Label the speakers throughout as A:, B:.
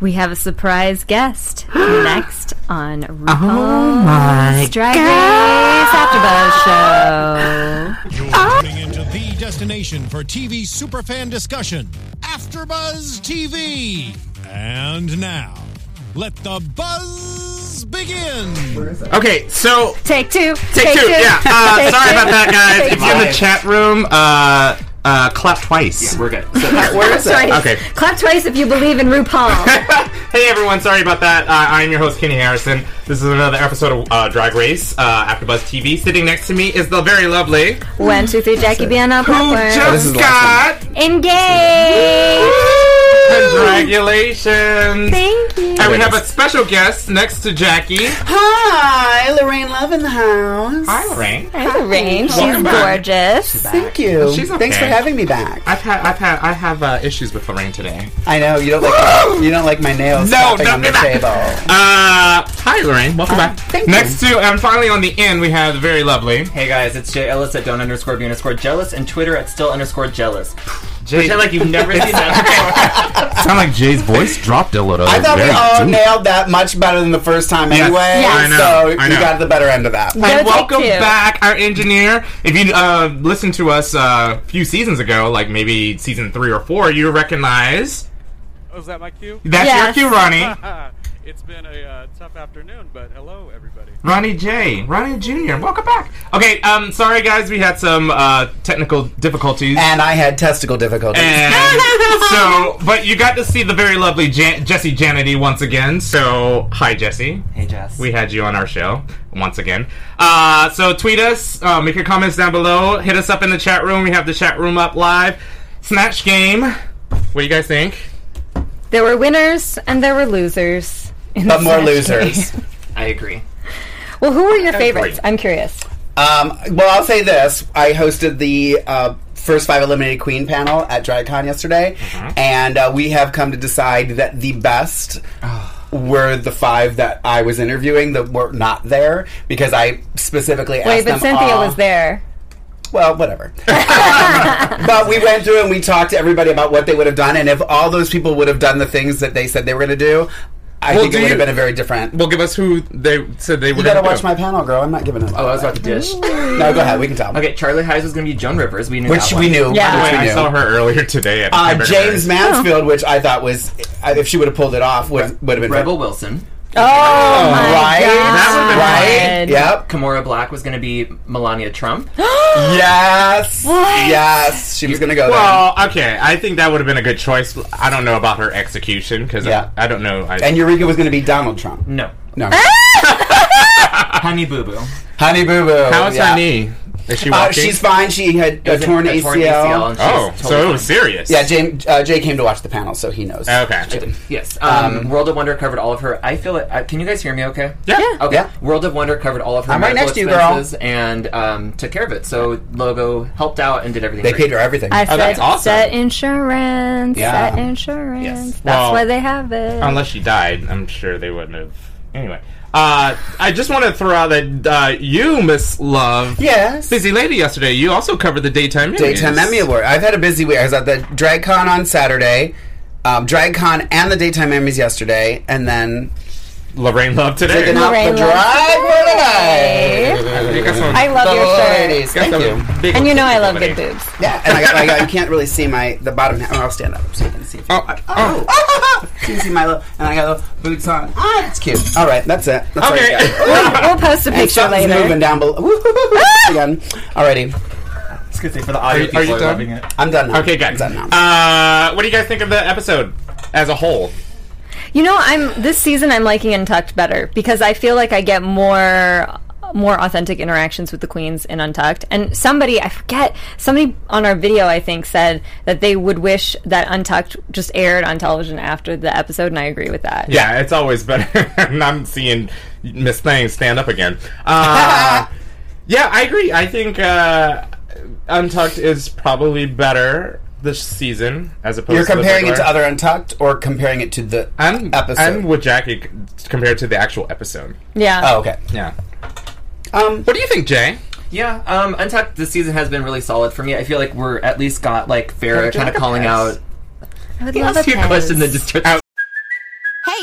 A: We have a surprise guest next on RuPaul's
B: Oh my
A: Drag Race After Buzz Show.
C: You're tuning into the destination for TV superfan discussion, AfterBuzz TV. And now, let the buzz begin.
B: Okay, so
A: Take two.
B: take, two. Yeah. Uh,
A: Take
B: sorry
A: two.
B: about that, guys.
A: Take
B: If you're in the
D: two.
B: chat room, uh, uh, clap twice.
D: We're good. So that
A: Clap
D: works.
A: twice.
B: Okay.
A: Clap twice if you believe in RuPaul.
B: hey everyone, sorry about that. Uh, I'm your host Kenny Harrison. This is another episode of uh, Drag Race uh, after Buzz TV. Sitting next to me is the very lovely who
A: One, two, three, Jackie B on our platform.
D: this
B: just
D: is the
B: got
D: last
A: Engage.
B: congratulations.
A: Thank you.
B: And we have a special guest next to Jackie.
E: Hi, Lorraine Love in the house.
B: Hi, Lorraine.
A: Hi, Lorraine. She's
B: Welcome back.
A: gorgeous.
E: Thank you.
B: She's okay.
E: Thanks for having me back.
B: I've had I've had I have uh, issues with Lorraine today.
E: I know you don't like you don't like my nails
B: No,
E: tapping
B: don't
E: on
B: do
E: the
B: that.
E: table.
B: Uh, hi Lorraine, welcome back.
E: thank you.
B: Next to and finally on the end we have the very lovely
D: Hey guys, it's Jay Ellis at don't underscore be underscore jealous and Twitter at still underscore jealous.
B: Jay.
D: Pretend like you've never seen that
F: Sound like Jay's voice dropped a little.
E: I thought we all nailed that much better than the first time
B: Yes.
E: anyway.
B: Yes. I know,
E: So
B: I know.
E: you got the better end of that.
B: And
A: Go take
B: welcome
A: two.
B: back, our engineer. If you uh, listened to us uh, a few seasons ago, like maybe season three or four, you recognize
G: Oh, is that my cue?
B: that's
A: Yes.
B: your cue, Ronnie.
G: it's been a uh, tough afternoon, but hello, everybody.
B: Ronnie J. Ronnie Jr. Welcome back. Okay, um, sorry guys, we had some uh, technical difficulties.
E: And I had testicle difficulties.
B: And so, but you got to see the very lovely Jan- Jesse Janity once again. So, hi, Jesse.
D: Hey Jess.
B: We had you on our show once again. Uh, so tweet us, uh, make your comments down below, hit us up in the chat room. We have the chat room up live. Snatch game. What do you guys think?
A: There were winners and there were losers. in
E: but
A: the
E: more
A: Snatch
E: losers.
A: Game.
D: I agree.
A: Well, who were your favorites? I'm curious.
E: Um, well, I'll say this: I hosted the uh, first five eliminated queen panel at DragCon yesterday, and uh, we have come to decide that the best were the five that I was interviewing that were not there because I specifically asked
A: Wait, but
E: them
A: Cynthia
E: all-
A: was there.
E: Well, whatever. Um, but we went through and we talked to everybody about what they would have done, and if all those people would have done the things that they said they were going to do, I
B: Well,
E: think
B: do
E: it would
B: you-
E: have been a very different.
B: Well, give us who they said they were.
E: you gotta
B: gonna
E: watch
B: do.
E: my panel, girl. I'm not giving up.
D: Oh, I was about to dish.
E: no, go ahead. We can tell.
D: Okay, Charlie Hines was gonna be Joan Rivers. We knew
E: Which
D: that
E: we
D: one.
E: knew.
A: Yeah.
E: Which
B: Wait,
E: we
B: I
E: knew.
B: saw her earlier today. At
E: Uh,
B: Hamburger
E: James
B: Mary's.
E: Mansfield, which I thought was, uh, if she would have pulled it off, would would have been
D: Rebel Wilson.
A: Oh, my
E: right?
A: God.
B: That would've been
E: right. Yep.
D: Kamora Black was gonna be Melania Trump.
E: Yes.
A: What?
E: Yes. She was gonna go
B: Well, okay. I think that would have been a good choice. I don't know about her execution because
E: Yeah.
B: I, I don't know. I,
E: there. And Eureka was gonna be Donald Trump.
D: No.
E: No.
A: Eh?
D: Honey Boo Boo.
E: Honey Boo Boo.
B: how is
E: yeah.
B: her knee? Is she
E: Uh,
B: walking?
E: she's fine. She had
D: It
E: a
D: was
E: torn
D: a
E: ACL.
D: ACL, and she's
B: oh, so
D: totally
B: it was
D: fine.
B: serious.
E: Yeah, Jay, uh, Jay came to watch the panel, so he knows.
B: Okay.
D: Yes. Um, World of Wonder covered all of her. I feel it. Uh, can you guys hear me? Okay.
B: Yeah.
D: Okay.
E: Yeah.
D: World of Wonder covered all of her
E: I'm right
D: medical
E: next to you, girl.
D: expenses and um, took care of it. So Logo helped out and did everything.
E: They
D: for you.
E: paid her everything.
A: I said
B: that's awesome.
A: set insurance.
E: Oh, Yeah.
A: Set insurance. That's
B: Well,
A: why they have it.
B: Unless she died, I'm sure they wouldn't have. Anyway, uh, I just want to throw out that uh, you, Miss Love,
E: yes.
B: busy lady yesterday, you also covered the daytime Emmys.
E: Daytime Emmy Award. I've had a busy week. I was at the DragCon on Saturday, um, DragCon and the Daytime Emmys yesterday, and then
B: Lorraine Love today.
E: picking up the
A: Lorraine
E: drag
A: Lorraine.
E: Lorraine.
B: You got some-
A: I love
E: The
A: your shirt.
E: ladies. Thank
B: got
E: you.
B: some big
A: And you know I love
B: company.
A: big boobs.
E: Yeah, and I, got, I, got, you can't really see my the bottom half. I'll stand up so you can see.
B: Oh, I- oh.
E: you can see my little, and I got little boots on. Ah, it's cute. All right, that's it. That's all
B: Okay.
E: I got.
A: We'll, we'll post a
E: And
A: picture
E: something's
A: later.
E: moving down below. Again. Alrighty,
D: It's good for the
B: Are
D: audio.
B: you- are you
D: people
B: done?
D: loving it.
E: I'm done now.
B: Okay,
E: I'm
B: good.
E: done now.
B: Uh, what do you guys think of the episode as a whole?
A: You know, I'm this season I'm liking Untucked better because I feel like I get more more authentic interactions with the queens in Untucked. And somebody, I forget, somebody on our video I think said that they would wish that Untucked just aired on television after the episode and I agree with that.
B: Yeah, it's always better. And I'm seeing Miss Thing stand up again. Uh, yeah, I agree. I think uh, Untucked is probably better this season as opposed.
E: You're
B: to the
E: comparing it
B: regular.
E: to other Untucked or comparing it to the
B: and
E: episode?
B: and with Jackie c- compared to the actual episode.
A: Yeah.
E: oh, okay.
B: Yeah.
E: Um,
B: What do you think, Jay?
D: Yeah, um, Untucked this season has been really solid for me. I feel like we're at least got like Farrah kind of calling out.
A: I would
D: Ask
A: love a
D: your question
A: Pez.
D: that just took
B: Out.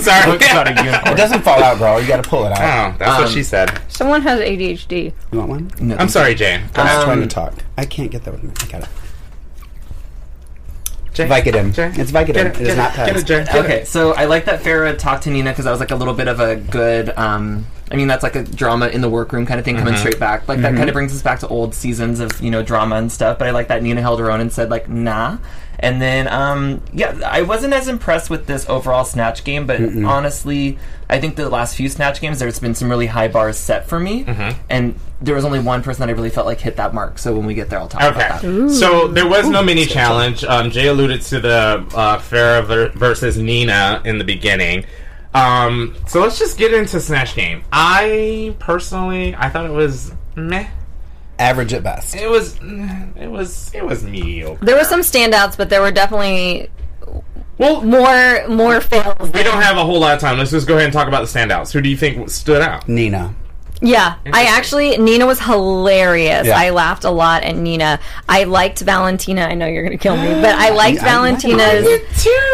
B: Sorry.
F: Looks like a
E: It
F: unicorn.
E: doesn't fall out, girl. You gotta pull it out.
B: Oh, that's what
E: Um,
B: she said.
A: Someone has ADHD.
B: Oh.
E: You want one?
D: No.
B: I'm sorry, Jane. Go
E: I
B: ahead.
E: was
D: Um,
E: trying to talk. I can't get that one. I got it.
B: Jay.
E: Vicodin.
B: Jay.
E: It's Vicodin.
B: Get
E: It is
B: get
E: not
B: Get it,
E: passed.
B: Jay. Get it.
D: Okay, so I like that Farah talked to Nina because that was like a little bit of a good. Um, I mean, that's like a drama in the workroom kind of thing coming straight back. Like that kind of brings us back to old seasons of you know drama and stuff. But I like that Nina held her own and said like nah. And then um, yeah, I wasn't as impressed with this overall snatch game, but honestly, I think the last few snatch games there's been some really high bars set for me, and there was only one person that I really felt like hit that mark. So when we get there, I'll talk about that.
B: Okay. So there was no mini challenge. Um, Jay alluded to the uh, Farrah ver- versus Nina in the beginning. Um, so let's just get into Snatch Game. I personally, I thought it was meh.
E: Average at best.
B: It was, it was, it was mediocre.
A: There were some standouts, but there were definitely
B: Well,
A: more more fails.
B: we don't have a whole lot of time. Let's just go ahead and talk about the standouts. Who do you think stood out?
E: Nina.
A: Yeah, I actually Nina was hilarious.
E: Yeah.
A: I laughed a lot at Nina. I liked Valentina. I know you're gonna kill me, but I liked Valentina's.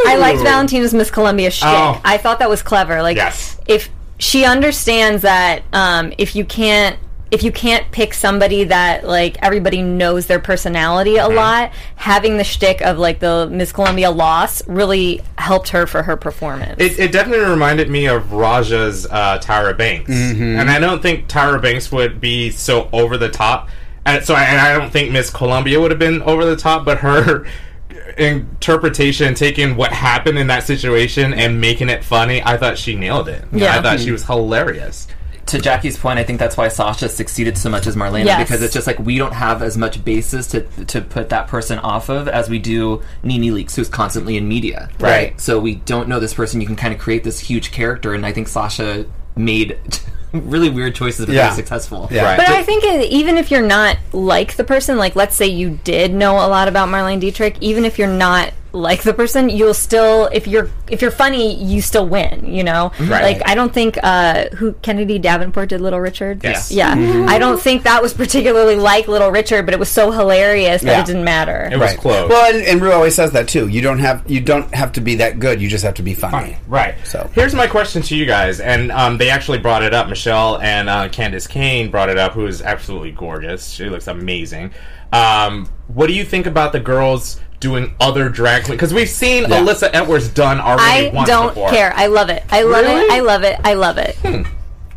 A: I liked Valentina's Miss Columbia shtick.
B: Oh.
A: I thought that was clever. Like,
B: Yes.
A: if she understands that um, if you can't if you can't pick somebody that like everybody knows their personality
B: Mm-hmm.
A: a lot, having the shtick of like the Miss Columbia loss really helped her for her performance.
B: It, it definitely reminded me of Raja's uh, Tyra Banks, and I don't think Tyra Banks would be so over the top. And so, I, and I don't think Miss Columbia would have been over the top, but her interpretation, taking what happened in that situation and making it funny, I thought she nailed it.
A: Yeah.
B: I thought she was hilarious.
D: to Jackie's point, I think that's why Sasha succeeded so much as Marlena
A: Yes.
D: because it's just like we don't have as much basis to to put that person off of as we do Nene Leaks, who's constantly in media.
B: Right.
D: So we don't know this person. You can kind of create this huge character, and I think Sasha made really weird choices, but
E: Yeah.
D: they were successful.
E: Yeah.
B: Right.
A: But I think i- even if you're not like the person, like let's say you did know a lot about Marlene Dietrich, even if you're not like the person, you'll still if you're if you're funny, you still win. You know, like I don't think uh, who Kennedy Davenport did Little Richard.
B: Yes.
A: Yeah, I don't think that was particularly like Little Richard, but it was so hilarious that
E: Yeah.
A: it didn't matter.
B: It was close.
E: Well, and, and Rue always says that too. You don't have you don't have to be that good. You just have to be funny.
B: Right.
E: So-
B: here's my question to you guys, and um, they actually brought it up. Michelle and uh, Candace Kane brought it up, who is absolutely gorgeous. She looks amazing. Um, what do you think about the girls doing other drag queens? Because we've seen
E: Yeah.
B: Alyssa Edwards done already
A: I
B: once
A: don't
B: before.
A: care. I love it. I love
B: Really?
A: it. I love it. I love it.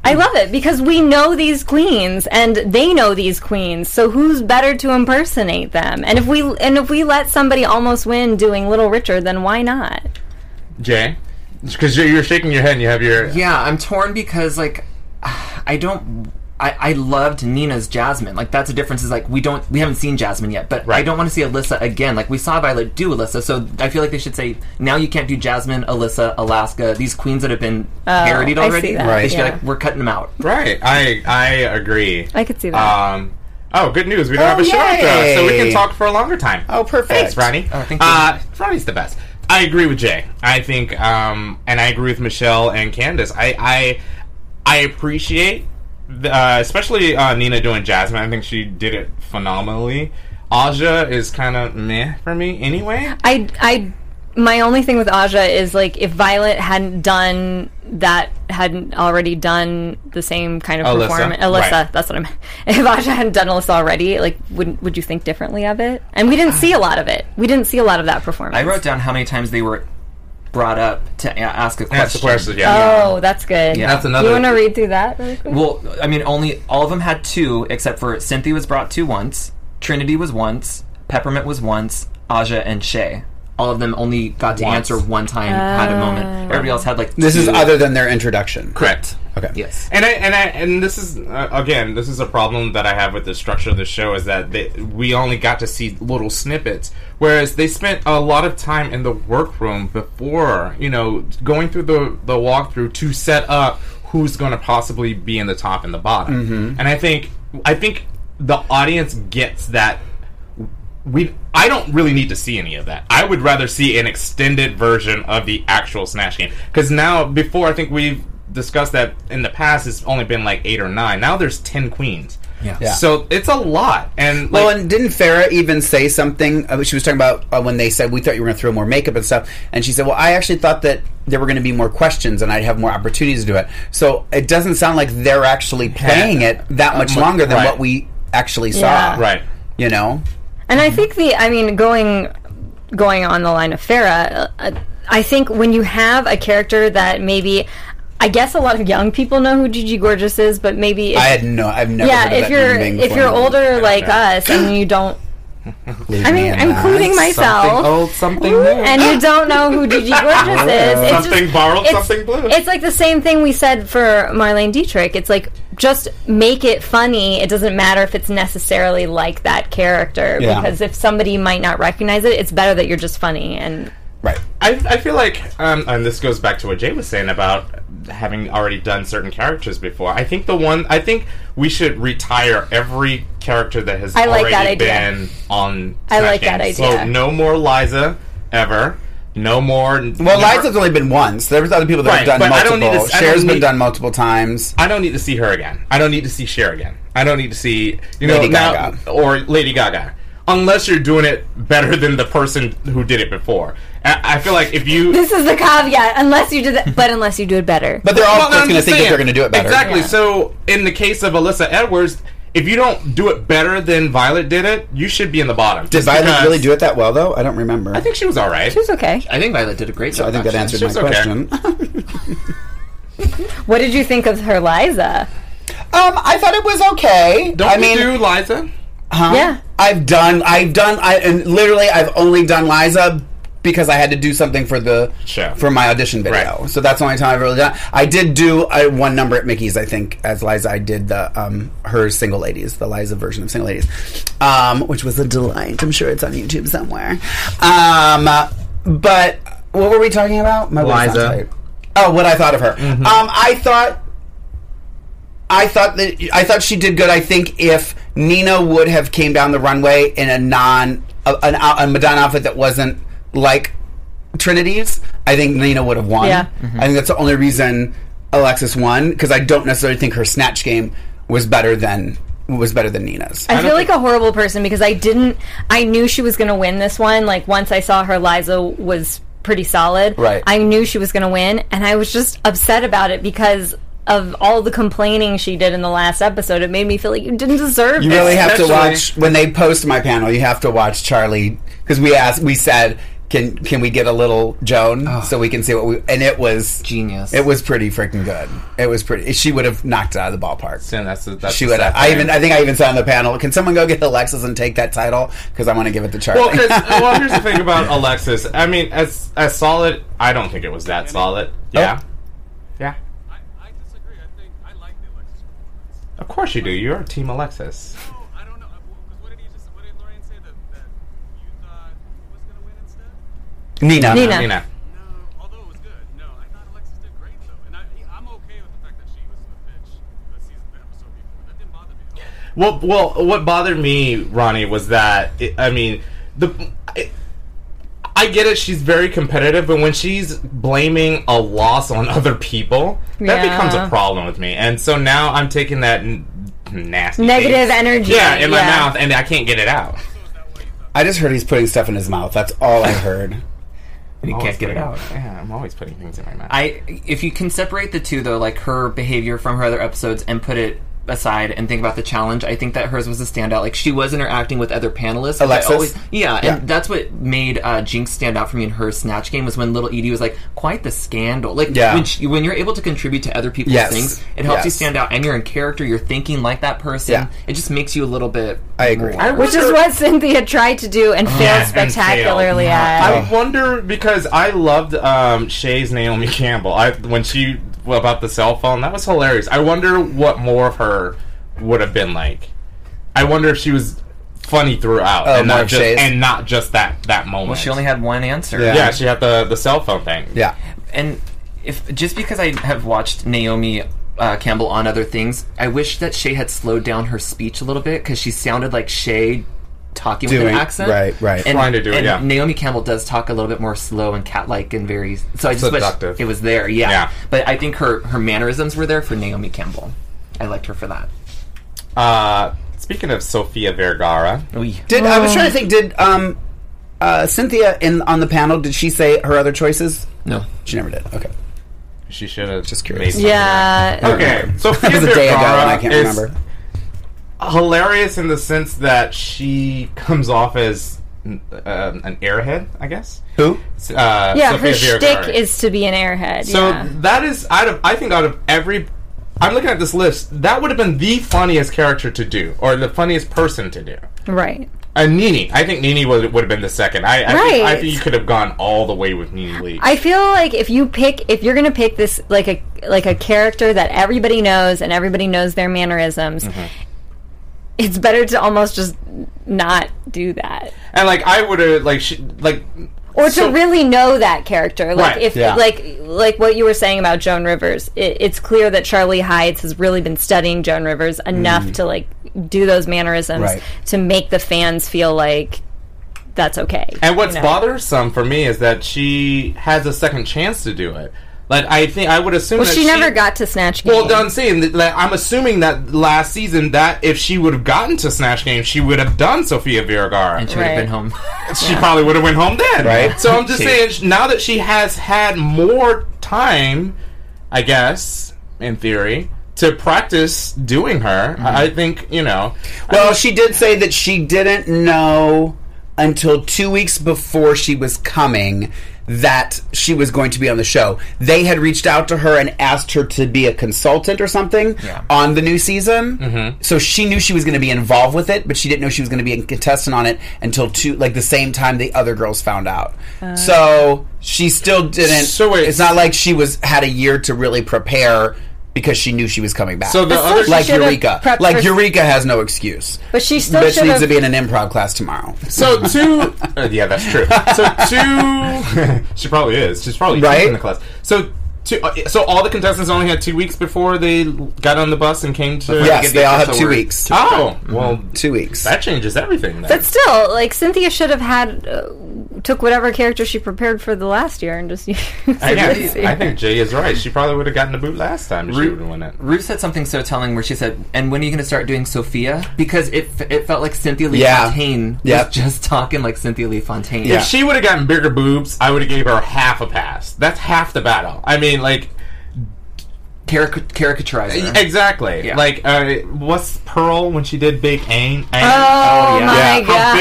A: I love it because we know these queens and they know these queens. So who's better to impersonate them? And if we and if we let somebody almost win doing Little Richard, then why not?
B: Jay, because you're, you're shaking your head. and You have your
D: Yeah, I'm torn because like I don't. I, I loved Nina's Jasmine. Like that's the difference. Is like we don't we haven't seen Jasmine yet, but I
B: Right.
D: don't want to see Alyssa again. Like we saw Violet do Alyssa, so I feel like they should say now you can't do Jasmine, Alyssa, Alaska. These queens that have been parodied
A: Oh, I see
D: already.
A: that,
D: They should be
A: yeah.
D: like we're cutting them out.
B: right. I I agree.
A: I could see that.
B: Um, oh, good news. We don't
E: Oh,
B: have a show after us, so we can
E: yay.
B: talk for a longer time.
E: Oh, perfect.
B: Thanks, Ronnie.
D: Oh, thank you.
B: uh, Ronnie's the best. I agree with Jay. I think, um, and I agree with Michelle and Candace. I, I, I appreciate, the, uh, especially uh, Nina doing Jasmine. I think she did it phenomenally. Aja is kind of meh for me anyway.
A: I I my only thing with Aja is like if Violet hadn't done that hadn't already done the same kind of
B: Alyssa,
A: performance
B: right.
A: Alyssa that's what I meant if Aja hadn't done Alyssa already like would would you think differently of it and we didn't see a lot of it we didn't see a lot of that performance
D: I wrote down how many times they were brought up to a- ask a question.
B: That's the question. Yeah.
A: oh that's good
B: That's another-
A: you want to read through that really quick
D: Well, I mean, only all of them had two, except for Cynthia was brought two once, Trinity was once, Peppermint was once, Aja and Shay. All of them only got to
B: Once.
D: answer one time, had a moment. Everybody else had like
E: This is
D: two-
E: other than their introduction.
B: Correct.
E: Okay.
D: Yes.
B: And I and I and this is uh, again, this is a problem that I have with the structure of the show is that they, we only got to see little snippets, whereas they spent a lot of time in the workroom before, you know, going through the the walkthrough to set up who's going to possibly be in the top and the bottom. And I think I think the audience gets that we I don't really need to see any of that. I would rather see an extended version of the actual Smash game because now before I think we've discussed that in the past it's only been like eight or nine. Now there's ten queens. Yeah.
E: Yeah.
B: So it's a lot, and like,
E: Well, and didn't Farah even say something? Uh, she was talking about uh, when they said we thought you were going to throw more makeup and stuff, and she said, "Well, I actually thought that there were going to be more questions and I'd have more opportunities to do it." So it doesn't sound like they're actually playing it that much
B: mu-
E: longer than
B: Uh, right.
E: what we actually saw.
A: Yeah.
B: right,
E: You know.
A: And I think the, I mean, going going on the line of Farah, uh, I think when you have a character that maybe, I guess a lot of young people know who Gigi Gorgeous is, but maybe if,
E: I had no. I've never.
A: yeah,
E: heard of
A: if
E: that
A: you're
E: human being
A: if
E: before.
A: you're older like us and you don't, I mean, I'm including myself.
B: something old, something new,
A: Oh, and you don't know who Gigi Gorgeous is. It's
B: something
A: just,
B: borrowed,
A: it's-
B: something blue.
A: It's like the same thing we said for Marlene Dietrich. It's like just make it funny. It doesn't matter if it's necessarily like that character
E: Yeah.
A: because if somebody might not recognize it, it's better that you're just funny. And
E: right?
B: I, I feel like, um, and this goes back to what Jay was saying about having already done certain characters before. I think the one, I think we should retire every character that has
A: I like
B: already
A: that idea.
B: been on.
A: I
B: Smash
A: like that
B: Games.
A: idea.
B: So no more Liza ever. No more. Well,
E: Well, Liza's only been once. There was other people that
B: Right,
E: have done
B: but I don't need
E: multiple.
B: to- I don't
E: Cher's been
B: need-
E: done multiple times.
B: I don't need to see her again. I don't need to see Cher again. I don't need to see you know
E: Lady
B: now-
E: Gaga.
B: or Lady Gaga, unless you're doing it better than the person who did it before. I, I feel like if you
A: this is the caveat: unless you do that, but unless you do it better.
E: But they're all
B: Well, no, I'm
E: going to
B: just
E: think that
B: saying.
E: they're going to do it better.
B: Exactly.
A: Yeah.
B: So in the case of Alyssa Edwards, if you don't do it better than Violet did it, you should be in the bottom.
E: Did Violet really do it that well, though? I don't remember.
B: I think she was all right.
A: It's okay.
D: I think Violet did a great job.
E: I think that
D: actually.
E: answered
B: She
E: my
B: was okay.
E: question. um,
A: What did you think of her Liza?
E: I thought it was okay.
B: Don't
E: I
B: you
E: mean,
B: do Liza?
E: huh?
A: Yeah.
E: I've done, I've done, I and literally, I've only done Liza because I had to do something for the
B: Show.
E: for my audition video.
B: Right.
E: So that's the only time I've really done. I did do uh, one number at Mickey's, I think, as Liza. I did the um, her single ladies, the Liza version of single ladies, um, which was a delight. I'm sure it's on YouTube somewhere. Um, but what were we talking about? My words
D: Liza.
E: not tight. Oh, what I thought of her. Um, I thought I thought that I thought she did good. I think if Nina would have came down the runway in a non a, an, out- a Madonna outfit that wasn't like Trinity's, I think Nina would have won.
A: Yeah.
E: I think that's the only reason Alexis won because I don't necessarily think her snatch game was better than was better than Nina's.
A: I, feel like a horrible person because I didn't. I knew she was going to win this one. Like once I saw her, Liza was pretty solid.
E: Right.
A: I knew she was going to win, and I was just upset about it because of all the complaining she did in the last episode. It made me feel like you didn't deserve.
E: You
A: this.
E: really have to
B: Especially-
E: watch when they post my panel. You have to watch Charlie because we asked, we said, can can we get a little Joan so we can see what we? And it was
D: Genius.
E: It was pretty freaking good. It was pretty. She would have knocked it out of the ballpark.
B: Sin, that's the- that's
E: she
B: the
E: would.
B: sad
E: Have, I
B: thing.
E: even. I think I even said on the panel, can someone go get Alexis and take that title because I want to give it to Charlie.
B: Well, 'cause- well, here's the thing about Alexis. I mean, as as solid, I don't think it was that solid.
E: Oh.
B: Yeah. Yeah.
G: I, I disagree. I think I like the Alexis performance.
B: Of course you do. You're Team Alexis.
G: No, I don't know. Because what did he just? What did Lorraine say that, that you thought who was going to win instead?
E: Nina.
A: Nina.
B: Nina.
G: No, although it was good. No, I thought Alexis did great though, and I, I'm okay with the fact that she was the bitch the season the episode before. That didn't bother me. At all.
B: Well, well, what bothered me, Ronnie, was that it, I mean, the I, I get it. She's very competitive, but when she's blaming a loss on other people,
A: Yeah.
B: that becomes a problem with me. And so now I'm taking that n- nasty
A: Negative
B: taste-
A: energy.
B: yeah, in my
A: Yeah.
B: mouth, and I can't get it out.
E: I just heard he's putting stuff in his mouth. That's all I heard.
D: And you can't get it out.
B: Yeah, I'm always putting things in my mouth.
D: I if you can separate the two though, like her behavior from her other episodes and put it aside and think about the challenge, I think that hers was a standout. Like she was interacting with other panelists. 'cause I
E: Alexis?
D: yeah,
E: Yeah.
D: and that's what made uh, Jinx stand out for me in her snatch game was when little Edie was like quite the scandal. Like
E: Yeah.
D: when she, when you're able to contribute to other people's
E: Yes.
D: things, it helps you
E: Yes.
D: stand out and you're in character, you're thinking like that person.
E: Yeah.
D: It just makes you a little bit
E: I agree.
D: more.
A: Which is what Cynthia tried to do and failed
B: and failed. Oh,
A: spectacularly
B: I
A: at.
E: Oh.
B: wonder because I loved um, Shay's Naomi Campbell. I when she about the cell phone. That was hilarious. I wonder what more of her would have been like. I wonder if she was funny throughout
E: Oh,
B: and
E: more
B: not
E: of
B: just
E: Shay's.
B: and not just that that moment.
D: Well, she only had one answer.
E: Yeah.
B: yeah, she had the the cell phone thing.
E: Yeah.
D: and if just because I have watched Naomi uh, Campbell on other things, I wish that Shay had slowed down her speech a little bit because she sounded like Shay talking with
E: Doing-
D: an accent,
E: right, right.
D: And,
B: Trying to do it,
D: and
B: yeah.
D: Naomi Campbell does talk a little bit more slow and cat-like and very. So I just
B: Seductive.
D: wish it was there. Yeah.
B: Yeah.
D: but I think her her mannerisms were there for Naomi Campbell. I liked her for that.
B: Uh, speaking of Sofia Vergara,
D: We
E: Did I was trying to think? Did um, uh, Cynthia in on the panel? Did she say her other choices?
D: no.
E: She never did. Okay.
B: she should have
E: Just curious.
B: made
A: Yeah.
B: Okay, Sofia
E: It was a day ago, and I
B: Vergara
E: can't
B: is
E: remember.
B: hilarious in the sense that she comes off as um, an airhead, I guess.
E: Who?
B: Uh,
A: Yeah, her
B: Sofia Vergara.
A: shtick is to be an airhead.
B: So
A: yeah.
B: that is out of I think out of every I'm looking at this list, that would have been the funniest character to do or the funniest person to do.
A: right.
B: And Nini, I think Nini would would have been the second. I I, think, I
A: Right.
B: think you could have gone all the way with Nini Lee.
A: I feel like if you pick, if you're going to pick this like a like a character that everybody knows and everybody knows their mannerisms,
B: Mm-hmm.
A: it's better to almost just not do that,
B: and like I would have like she, like
A: or
B: So-
A: to really know that character. Like
B: Right,
A: if
E: yeah.
A: like like what you were saying about Joan Rivers, it, it's clear that Charlie Heights has really been studying Joan Rivers enough
B: Mm.
A: to like do those mannerisms
E: Right.
A: to make the fans feel like that's okay.
B: And what's
A: you know?
B: bothersome for me is that she has a second chance to do it. Like I think I would assume
A: well,
B: that
A: she never got to snatch game.
B: Well, done saying that, like, I'm assuming that last season that if she would have gotten to Snatch Game, she would have done Sofia Vergara.
D: And she would have
A: Right.
D: been home.
B: she probably would have went home then.
E: Right.
B: So I'm just
D: She-
B: saying sh- now that she has had more time, I guess in theory, to practice doing her, I
E: Mm-hmm.
B: I think you know.
E: Well, she did say that she didn't know until two weeks before she was coming that she was going to be on the show. They had reached out to her and asked her to be a consultant or something
D: Yeah.
E: on the new season. Mm-hmm. So she knew she was going to be involved with it, but she didn't know she was going to be a contestant on it until two, like the same time the other girls found out. so she still didn't.
B: So wait-
E: it's not like she was had a year to really prepare because she knew she was coming back.
B: So the other
A: she
E: like
A: should've
E: Eureka,
A: prepped
E: like
A: her-
E: Eureka has no excuse.
A: but she still
E: Bitch
A: should
E: needs
A: have
E: to be in an improv class tomorrow.
B: So two, uh, yeah, that's true. So two, she probably is. She's probably
E: Right?
B: in the class. So two, uh, so all the contestants only had two weeks before they got on the bus and came to.
E: yes, they all have two
D: word.
E: weeks. Mm-hmm.
B: Oh well,
E: Two weeks.
B: that changes everything. Then.
A: But still, like Cynthia should have had uh, took whatever character she prepared for the last year and just used it
B: I,
A: this
B: think,
A: year.
B: I think Jay is right. She probably would have gotten the boot last time. if She
D: Ru-
B: would have won it.
D: Rue said something so telling where she said, "And when are you going to start doing Sophia?" Because it f- it felt like Cynthia Lee
E: Yeah.
D: Fontaine
E: Yep.
D: was just talking like Cynthia Lee Fontaine.
E: Yeah.
B: If she would have gotten bigger boobs, I would have gave her half a pass. That's half the battle. I mean, like
D: Caric- caricaturize her.
B: exactly.
D: Yeah.
B: Like uh, what's Pearl when she did Big Ain? Ain?
A: Oh,
D: yeah.
A: my
B: How
A: god!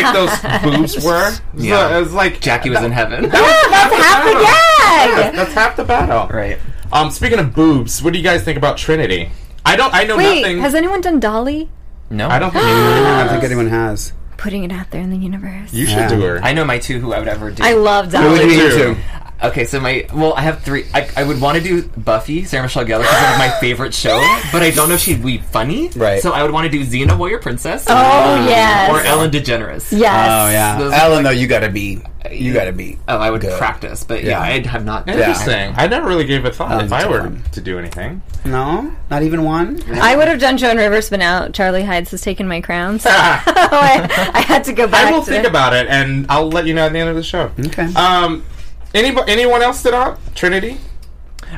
B: big those boobs were.
D: Yeah.
B: So it was like
D: Jackie was in heaven.
B: that's half the
A: gag!
B: Yeah, that's half the battle.
D: right.
B: Um, speaking of boobs, what do you guys think about Trinity? I don't. I know
A: Wait,
B: nothing.
A: has anyone done Dolly?
D: No.
B: I don't think you,
E: I don't think anyone has.
A: Putting it out there in the universe.
B: you should
E: Yeah.
B: do her.
D: I know my two who I would ever do.
A: I love
E: Who
A: Dolly.
E: would you
B: too.
E: do?
D: okay, so my well, I have three. I, I would want to do Buffy, Sarah Michelle Gellar, because it's my favorite show. But I don't know if she'd be funny.
E: Right.
D: So I would want to do Xena, Warrior Princess.
A: Oh yes,
D: Or Ellen DeGeneres.
A: yes.
E: Oh yeah,
D: Those-
E: Ellen. Though you gotta be, you gotta be.
D: Oh, I would
E: Good.
D: practice, but yeah,
E: Yeah.
D: I'd have not.
B: Interesting. I never really gave a thought if
E: that's
B: I
E: a
B: were
E: fun.
B: to do anything.
E: No, not even one.
A: I would have done Joan Rivers, but now Charlie Hides has taken my crown, so I, I had to go back.
B: I will
A: to
B: think about it, and I'll let you know at the end of the show.
E: Okay.
B: Um, anybody, anyone else stood out? Trinity.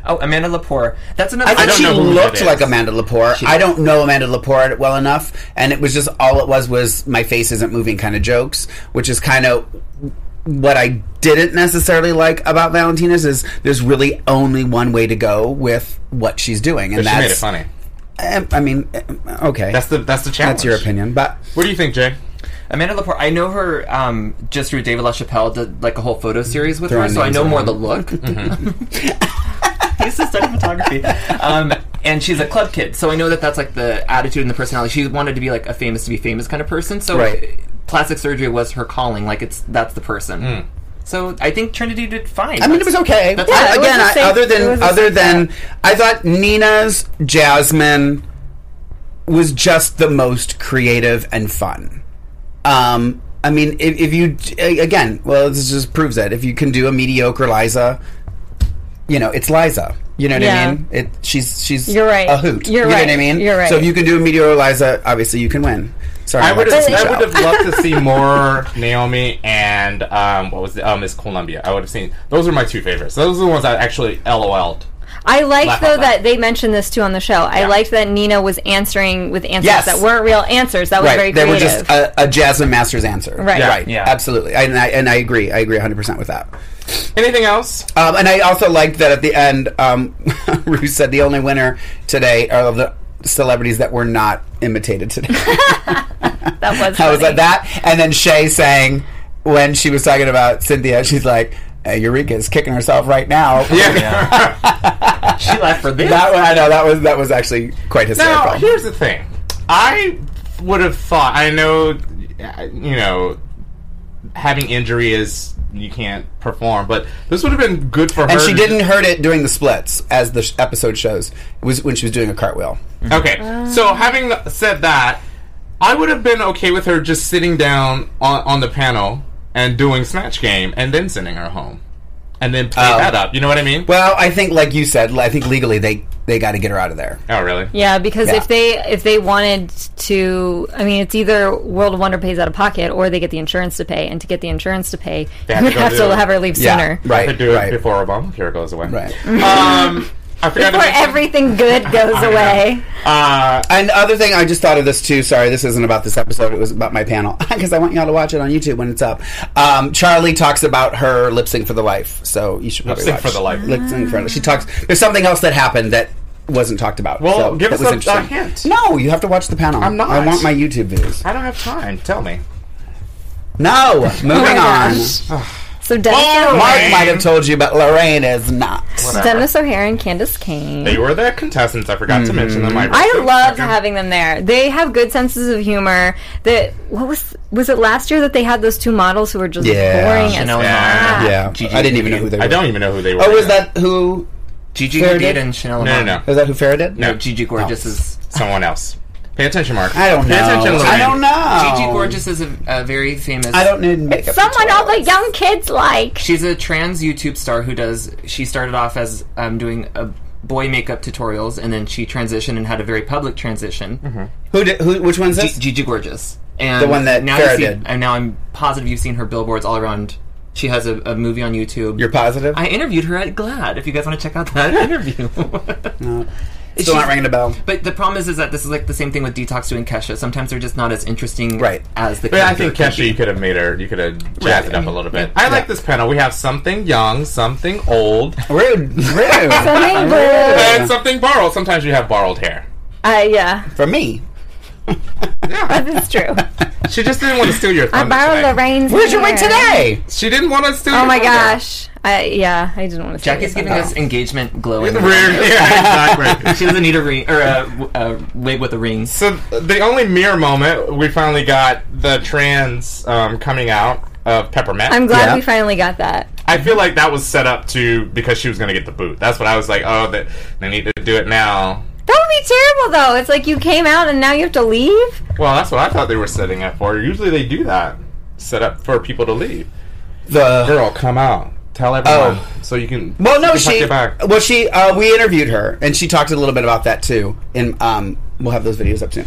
D: Oh, Amanda Lepore. That's another.
E: I think
B: don't
E: she
B: know who
E: looked
B: that
E: like
B: is.
E: Amanda Lepore. I don't know Amanda Lepore well enough, and it was just all it was was my face isn't moving kind of jokes, which is kind of what I didn't necessarily like about Valentina's is there's really only one way to go with what she's doing, and
B: She
E: that's
B: made it funny.
E: Um, I mean, um, okay,
B: That's the that's the challenge.
E: that's your opinion, but
B: What do you think, Jay?
D: Amanda Lepore, I know her um, just through David LaChapelle did like a whole photo series with her,
E: Throwing
D: so I
E: names
D: know more
E: around.
D: the look.
E: Mm-hmm.
D: I used to study photography, um, and she's a club kid, so I know that that's like the attitude and the personality. She wanted to be like a famous to be famous kind of person, so
E: Right.
D: plastic surgery was her calling. Like it's that's the person. So I think Trinity did fine.
E: Mm. I mean, it was okay.
D: That's-
A: Yeah,
E: I-
A: it was
E: again,
A: a
E: I-
A: safe-
E: other
A: it
E: than
A: was a
E: other
A: safe
E: than I thought Nina's Jasmine was just the most creative and fun. Um, I mean, if, if you a- again, well, this just proves it. If you can do a mediocre Liza, you know it's Liza. You know what
A: Yeah.
E: I mean? It she's she's
A: You're right.
E: a hoot.
A: You're
E: you know
A: right.
E: what I mean?
A: You're right.
E: So if you can do a mediocre Liza, obviously you can win. Sorry,
B: I would
E: Alexis
B: have, I
E: Michelle.
B: would have loved to see more Naomi and um, what was the, uh, Miss Columbia. I would have seen those are my two favorites. Those are the ones I actually LOL'd.
A: I liked
B: Laugh
A: though
B: out loud.
A: that they mentioned this too on the show. I liked that Nina was answering with answers
E: Yes.
A: that weren't real answers. That was very
E: Right, they
A: creative.
E: were just uh, a, a Jasmine Masters answer.
A: Right. Yeah.
E: right,
D: Yeah.
E: absolutely, and I, and I agree. I agree 100 percent with that.
B: Anything else?
E: Um, and I also liked that at the end, um, Rue said the only winner today are the celebrities that were not imitated today.
A: that was.
E: I
A: funny.
E: was like that, and then Shay saying when she was talking about Cynthia, she's like, "Uh, "Eureka is kicking herself right now."
B: Yeah.
D: she left for this.
E: that one I know that was that was actually quite
B: Now,
E: hysterical.
B: here's the thing. I would have thought. I know, uh, you know, having injury is you can't perform, but this would have been good for her.
E: and she
B: to-
E: didn't hurt it during the splits, as the sh- episode shows. It was when she was doing a cartwheel.
B: Okay. so having said that, I would have been okay with her just sitting down on, on the panel and doing Snatch Game and then sending her home. And then play
E: Oh.
B: that up. You know what I mean?
E: Well, I think, like you said, I think legally they they got to get her out of there.
B: oh, really?
A: Yeah, because
E: Yeah.
A: if they if they wanted to, I mean, it's either World of Wonder pays out of pocket or they get the insurance to pay, and to get the insurance to pay,
B: They have
A: you
B: to go
A: have
B: do
A: to Mm-hmm.
B: it.
A: have her leave sooner.
E: Yeah, right,
B: Could do
E: right,
B: it before Obamacare goes away.
E: right.
B: Um, I forgot to
A: Before
B: mention-
A: everything good goes away.
B: Uh,
E: And other thing, I just thought of this too. Sorry, this isn't about this episode. It was about my panel because I want y'all to watch it on YouTube when it's up. Um, Charlie talks about her lip sync for the life, so you should probably
B: Lip Sync
E: watch.
B: for the Life.
E: Lip sync for the She talks. There's something else that happened that wasn't talked about.
B: Well,
E: so
B: give
E: that
B: us
E: was
B: a- a
E: interesting.
B: hint.
E: No, you have to watch the panel.
B: I'm not.
E: I want my YouTube views.
B: I don't have time. Tell me.
E: No, moving on.
A: So Dennis,
B: Oh,
A: O'Hare-
E: Mark might have told you, but Lorraine is not.
A: Dennis O'Hare and Candace Kane.
B: They were the contestants. I forgot
E: Mm-hmm.
B: to mention them.
A: I loved
B: Okay.
A: having them there. They have good senses of humor. That what was was it last year that they had those two models who were just
E: Yeah.
A: boring as
D: Chanel
B: Yeah.
A: fuck?
E: Yeah,
D: Gigi
E: I didn't even know who they were.
B: I don't even know who they were.
E: Oh, was that who?
D: Gigi
E: Fair
D: Hadid
E: did.
D: and Chanel.
B: No, no,
D: Amani.
B: no.
E: Is that who Farah did?
D: No, Gigi Gorgeous is
B: Someone else. Pay attention, Mark.
E: I don't know.
B: Pay attention, Lorraine.
E: I don't know.
D: Gigi Gorgeous is a, a very famous.
E: Oh. I don't need makeup.
A: Someone all
E: tutorials.
A: the young kids like.
D: She's a trans YouTube star who does. She started off as um, doing a boy makeup tutorials, and then she transitioned and had a very public transition.
E: Who did? Who? Which one's
D: G-
E: this?
D: Gigi Gorgeous, and
E: Mm-hmm. The one that
D: now you
E: Farrah
D: see-
E: did.
D: And now I'm positive you've seen her billboards all around. She has a, a movie on YouTube.
E: You're positive?
D: I interviewed her at GLAD. If you guys want to check out that interview,
E: Still not ringing a bell.
D: But the problem is, is that this is like the same thing with Detox doing Kesha. Sometimes they're just not as interesting,
E: Right.
D: As the.
B: But I think
D: character
B: Kesha, you could have made her. You could have jazzed it up a little bit. I like this panel. We have something young, something old,
E: Rude, rude.
A: Something blue.
B: and something borrowed. Sometimes you have borrowed hair.
A: Uh, yeah,
E: For me.
A: that's true.
B: She just didn't want to steal your
A: I
B: thunder.
A: borrowed
B: today.
A: Lorraine's.
E: Where's your wig
A: hair.
E: today?
B: She didn't want to steal.
A: Oh
B: your
A: my
B: thunder.
A: gosh. I yeah, I didn't want to.
D: Jackie's giving us engagement glowing.
B: Rear- yeah, exactly.
D: she doesn't need a ring or a, w- a wig with a ring.
B: So the only mirror moment we finally got the trans um, coming out of Peppermint.
A: I'm glad
E: Yeah.
A: we finally got that.
B: I feel like that was set up to because she was going to get the boot. That's what I was like. Oh, that they need to do it now.
A: That would be terrible though. It's like you came out and now you have to leave.
B: Well, that's what I thought they were setting up for. Usually they do that, set up for people to leave.
E: The
B: Girl, come out, tell everyone,
E: Oh.
B: so you can.
E: well, no,
B: you can
E: she.
B: tuck it back.
E: Well, she. Uh, we interviewed her, and she talked a little bit about that too. And um, we'll have those videos up soon.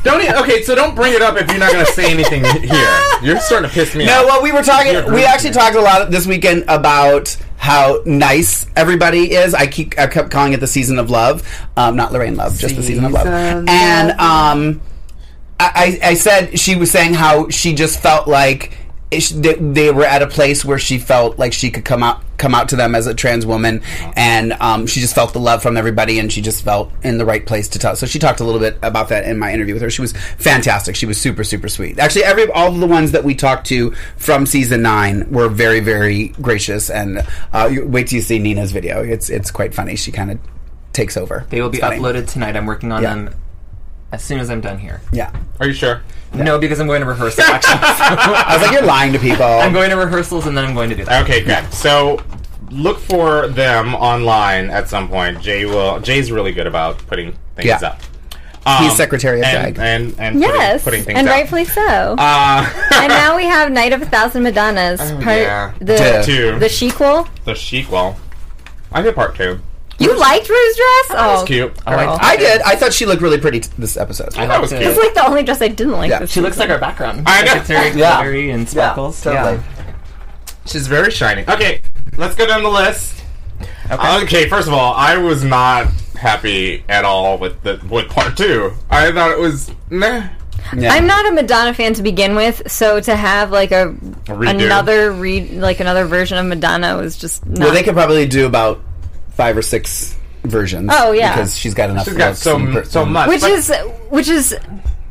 B: Don't e- okay. So don't bring it up if you're not going to say anything here. You're starting to piss me
E: no,
B: off.
E: well, we were talking. We actually talked a lot this weekend about how nice everybody is. I keep. I kept calling it the season of love, um, not Lorraine Love, just the season of love. And um, I, I I said she was saying how she just felt like it, sh- they, they were at a place where she felt like she could come out come out to them as a trans woman, and um, she just felt the love from everybody, and she just felt in the right place to tell. So she talked a little bit about that in my interview with her. She was fantastic. She was super super sweet. Actually, every all of the ones that we talked to from season nine were very very gracious, and uh, you, wait till you see Nina's video. It's it's quite funny. She kind of takes over.
D: They will be
E: It's funny.
D: uploaded tonight. I'm working on
E: Yeah.
D: them. as soon as I'm done here.
E: Yeah.
B: Are you sure?
D: No, because I'm going to rehearsal. Actually,
E: I was like, you're lying to people.
D: I'm going to rehearsals and then I'm going to do that.
B: Okay, good. So look for them online at some point. Jay will. Jay's really good about putting things
E: Yeah.
B: up. Um,
E: He's secretary of
B: and,
E: drag.
B: and and
A: Yes,
B: putting, putting things
A: and
B: up.
A: rightfully so.
B: Uh,
A: and now we have Night of a Thousand Madonnas, part
D: Oh, yeah.
A: the
B: Two.
A: the sequel.
B: the sequel. I did part two.
A: You liked Rue's dress? Oh,
B: It's cute.
D: I like-
E: I did. I thought she looked really pretty t- this episode.
B: I thought it was
D: to-
B: cute.
A: It's like the only dress I didn't like.
E: Yeah,
A: this
D: She looks like our background.
B: I
D: Like,
B: know.
D: It's very
E: Yeah.
D: glittery and sparkles.
E: totally.
B: She's very shiny. Okay, let's go down the list. Okay. first of all, I was not happy at all with the with part two. I thought it was meh.
E: Yeah.
A: I'm not a Madonna fan to begin with, so to have like a,
B: redo.
A: another read like another version of Madonna was just not.
E: Well, they could probably do about five or six versions.
A: Oh, yeah.
E: because she's got enough.
B: She's got
E: looks
B: so
E: and per-
B: so
E: and-
B: much.
A: which
B: but-
A: is which is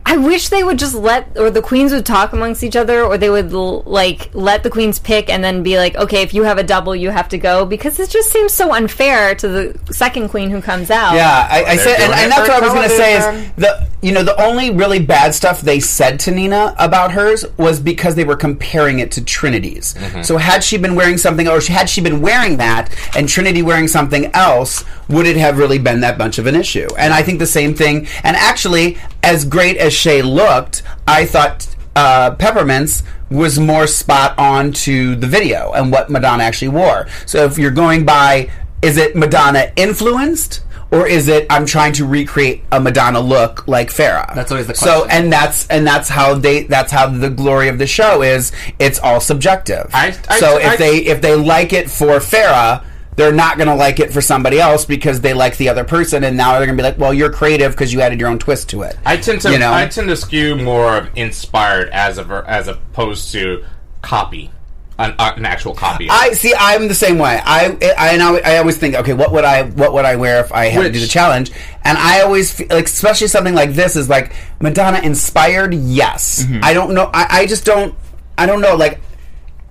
A: I wish they would just let or the queens would talk amongst each other or they would l- like let the queens pick and then be like okay if you have a double you have to go because it just seems so unfair to the second queen who comes out.
E: Yeah, I, I
B: They're
E: said, and,
B: doing
E: and
B: it
E: that's
B: for
E: what I was going to say is
B: television.
E: the you know the only really bad stuff they said to Nina about hers was because they were comparing it to Trinity's. So had she been wearing something, or had she been wearing that, and Trinity wearing something else, would it have really been that much of an issue? And I think the same thing. And actually, as great as Shay looked, I thought uh, Peppermints was more spot on to the video and what Madonna actually wore. So if you're going by, is it Madonna influenced? Or is it I'm trying to recreate a Madonna look like Farah?
D: That's always the
E: So
D: question.
E: and that's and that's how they that's how the glory of the show is. It's all subjective.
B: I- I-
E: so
B: I-
E: if they if they like it for Farah, they're not going to like it for somebody else because they like the other person, and now they're going to be like, well, you're creative because you added your own twist to it.
B: I tend to
E: you know?
B: I tend to skew more of inspired as of as opposed to copy an, uh, an actual copy.
E: I see. I'm the same way. I, I and I, I always think, okay, what would I what would I wear if I had to do
B: Which-
E: the challenge? And I always feel, like, especially something like this is like Madonna inspired. Yes,
B: Mm-hmm.
E: I don't know. I, I just don't. I don't know. Like,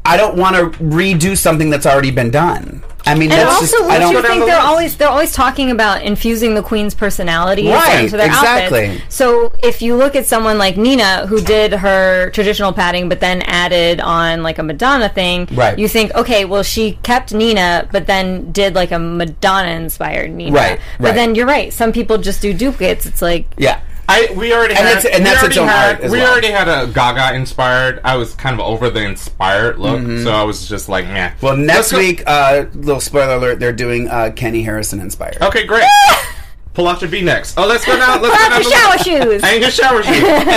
E: I don't want to redo something that's already been done. I mean,
A: And
E: that's
A: also,
E: just. I
A: wouldn't
E: don't
A: you think they're
E: list.
A: always they're always talking about infusing the queen's personality
E: Right,
A: into their
E: exactly.
A: outfits? So if you look at someone like Nina, who did her traditional padding, but then added on like a Madonna thing,
E: Right.
A: You think, okay, well she kept Nina, but then did like a Madonna inspired Nina,
E: Right,
A: But
E: right.
A: then you're right. Some people just do duplicates. It's like
E: Yeah.
B: I we already
E: And
B: had
E: it's- and
B: we
E: that's
B: already
E: its own
B: had,
E: art as
B: we
E: well.
B: already had a Gaga inspired. I was kind of over the inspired look, so I was just like, meh.
E: Mm-hmm. Well,
B: Let's
E: next
B: go-
E: week, uh, little spoiler alert: they're doing uh, Kenny Harrison inspired.
B: Okay, great. Pull out your V necks. Oh, let's go down. Let's go
A: "Put
B: down
A: on your
B: the-
A: shower shoes.
B: And your shower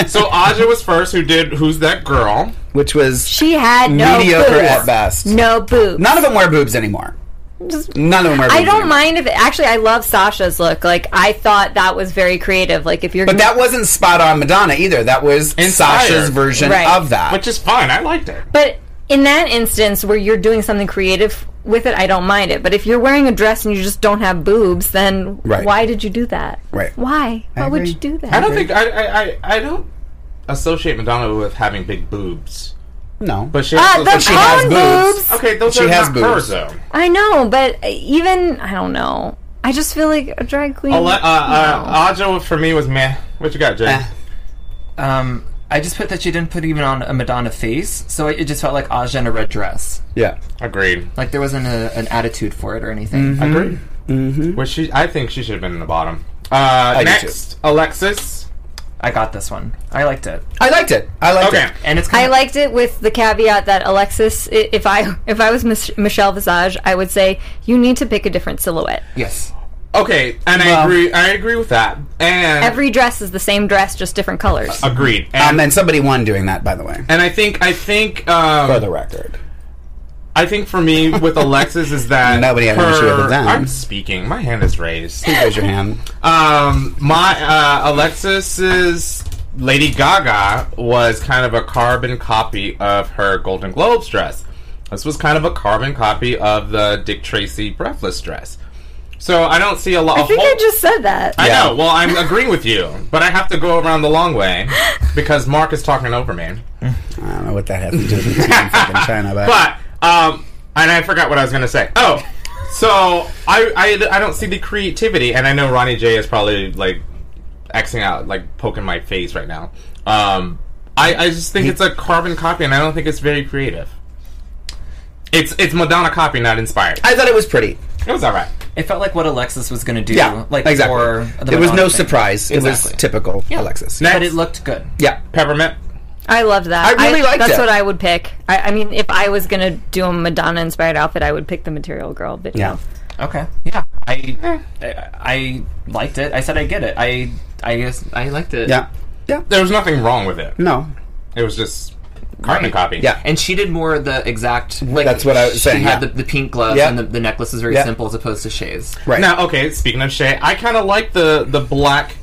B: shoes. so Aja was first. Who did? Who's that girl?
E: Which was
A: She had no
E: mediocre
A: boobs.
E: at best.
A: No boobs.
E: None of them wear boobs anymore. None of them wear. Boobs
A: I don't
E: anymore.
A: mind if actually I love Sasha's look. Like I thought that was very creative. Like if you're
E: But that wasn't spot on Madonna either. That was
B: Inspired.
E: Sasha's version
A: Right.
E: of that.
B: Which is fine. I liked it.
A: But in that instance where you're doing something creative with it, I don't mind it. But if you're wearing a dress and you just don't have boobs, then
E: Right.
A: why did you do that?
E: Right.
A: Why? Why would
E: agree.
A: you do that?
B: I don't think I, I I I don't associate Madonna with having big boobs,
E: no,
B: but she
A: Ah,
B: also-
A: the
E: she
A: cone
E: has boobs.
A: boobs.
B: Okay, those
E: She
B: are
E: has
B: not hers
E: boobs.
B: though.
A: I know, but even I don't know. I just feel like a drag queen.
B: Ale- uh, uh, Aja for me was meh. What you got, Jay?
E: Eh.
D: Um, I just put that she didn't put even on a Madonna face, so it, it just felt like Aja in a red dress.
E: yeah,
B: Agreed.
D: Like there wasn't a, an attitude for it or anything.
B: Agreed. Mm-hmm. Which she, I think she should have been in the bottom. Uh,
E: I do
B: next, Alexis.
D: I got this one. I liked it,
E: I liked it. I liked
B: Okay.
E: it.
D: and it's kind
A: I liked it with the caveat that Alexis, i- if I if I was Mich- Michelle Visage, I would say you need to pick a different silhouette.
D: yes.
B: Okay, and I
E: Well-
B: agree. I agree with that. And
A: Every dress is the same dress, just different colors.
B: agreed.
E: Um,
B: And,
E: and somebody won doing that, by the way,
B: and I think I think um,
E: for the record.
B: I think for me with Alexis is that
E: Nobody had an issue with
B: her-
E: them.
B: I'm speaking. My hand is raised.
E: Please raise your hand.
B: Um, my uh, Alexis's Lady Gaga was kind of a carbon copy of her Golden Globes dress. This was kind of a carbon copy of the Dick Tracy Breathless dress. So I don't see a lot.
A: I think I just said that.
B: I
E: Yeah.
B: know. Well, I'm agreeing with you, but I have to go around the long way because Mark is talking over me.
E: I don't know what that has to do with the team in fucking China, but,
B: But um, and I forgot what I was going to say. Oh, so I, I I don't see the creativity, and I know Ronnie J is probably like Xing out, like poking my face right now. Um, I, I just think it's a carbon copy, and I don't think it's very creative. It's it's Madonna copy, not inspired.
E: I thought it was pretty.
B: It was all right.
D: It felt like what Alexis was going to do.
E: Yeah,
D: like
E: exactly.
D: for the
E: there was
D: Madonna
E: no
D: thing.
E: surprise. It
D: Exactly.
E: was typical Alexis.
B: Next,
D: but it looked good.
E: Yeah,
B: peppermint.
A: I love that.
E: I really liked
A: That's
E: it.
A: what I would pick. I, I mean, if I was gonna do a Madonna inspired outfit, I would pick the Material Girl video.
E: yeah.
D: Okay. Yeah. I, I I liked it. I said I get it. I I guess I liked it.
E: Yeah. Yeah.
B: There was nothing wrong with it.
E: No.
B: It was just carbon copy.
E: Yeah.
D: And she did more the exact. Like,
E: That's what I was
D: she
E: saying,
D: had
E: yeah.
D: the, the pink gloves
E: Yeah.
D: and the, the necklace is very
E: Yeah.
D: simple as opposed to Shay's.
E: Right.
B: Now, okay. Speaking of Shay, I kind of like the the black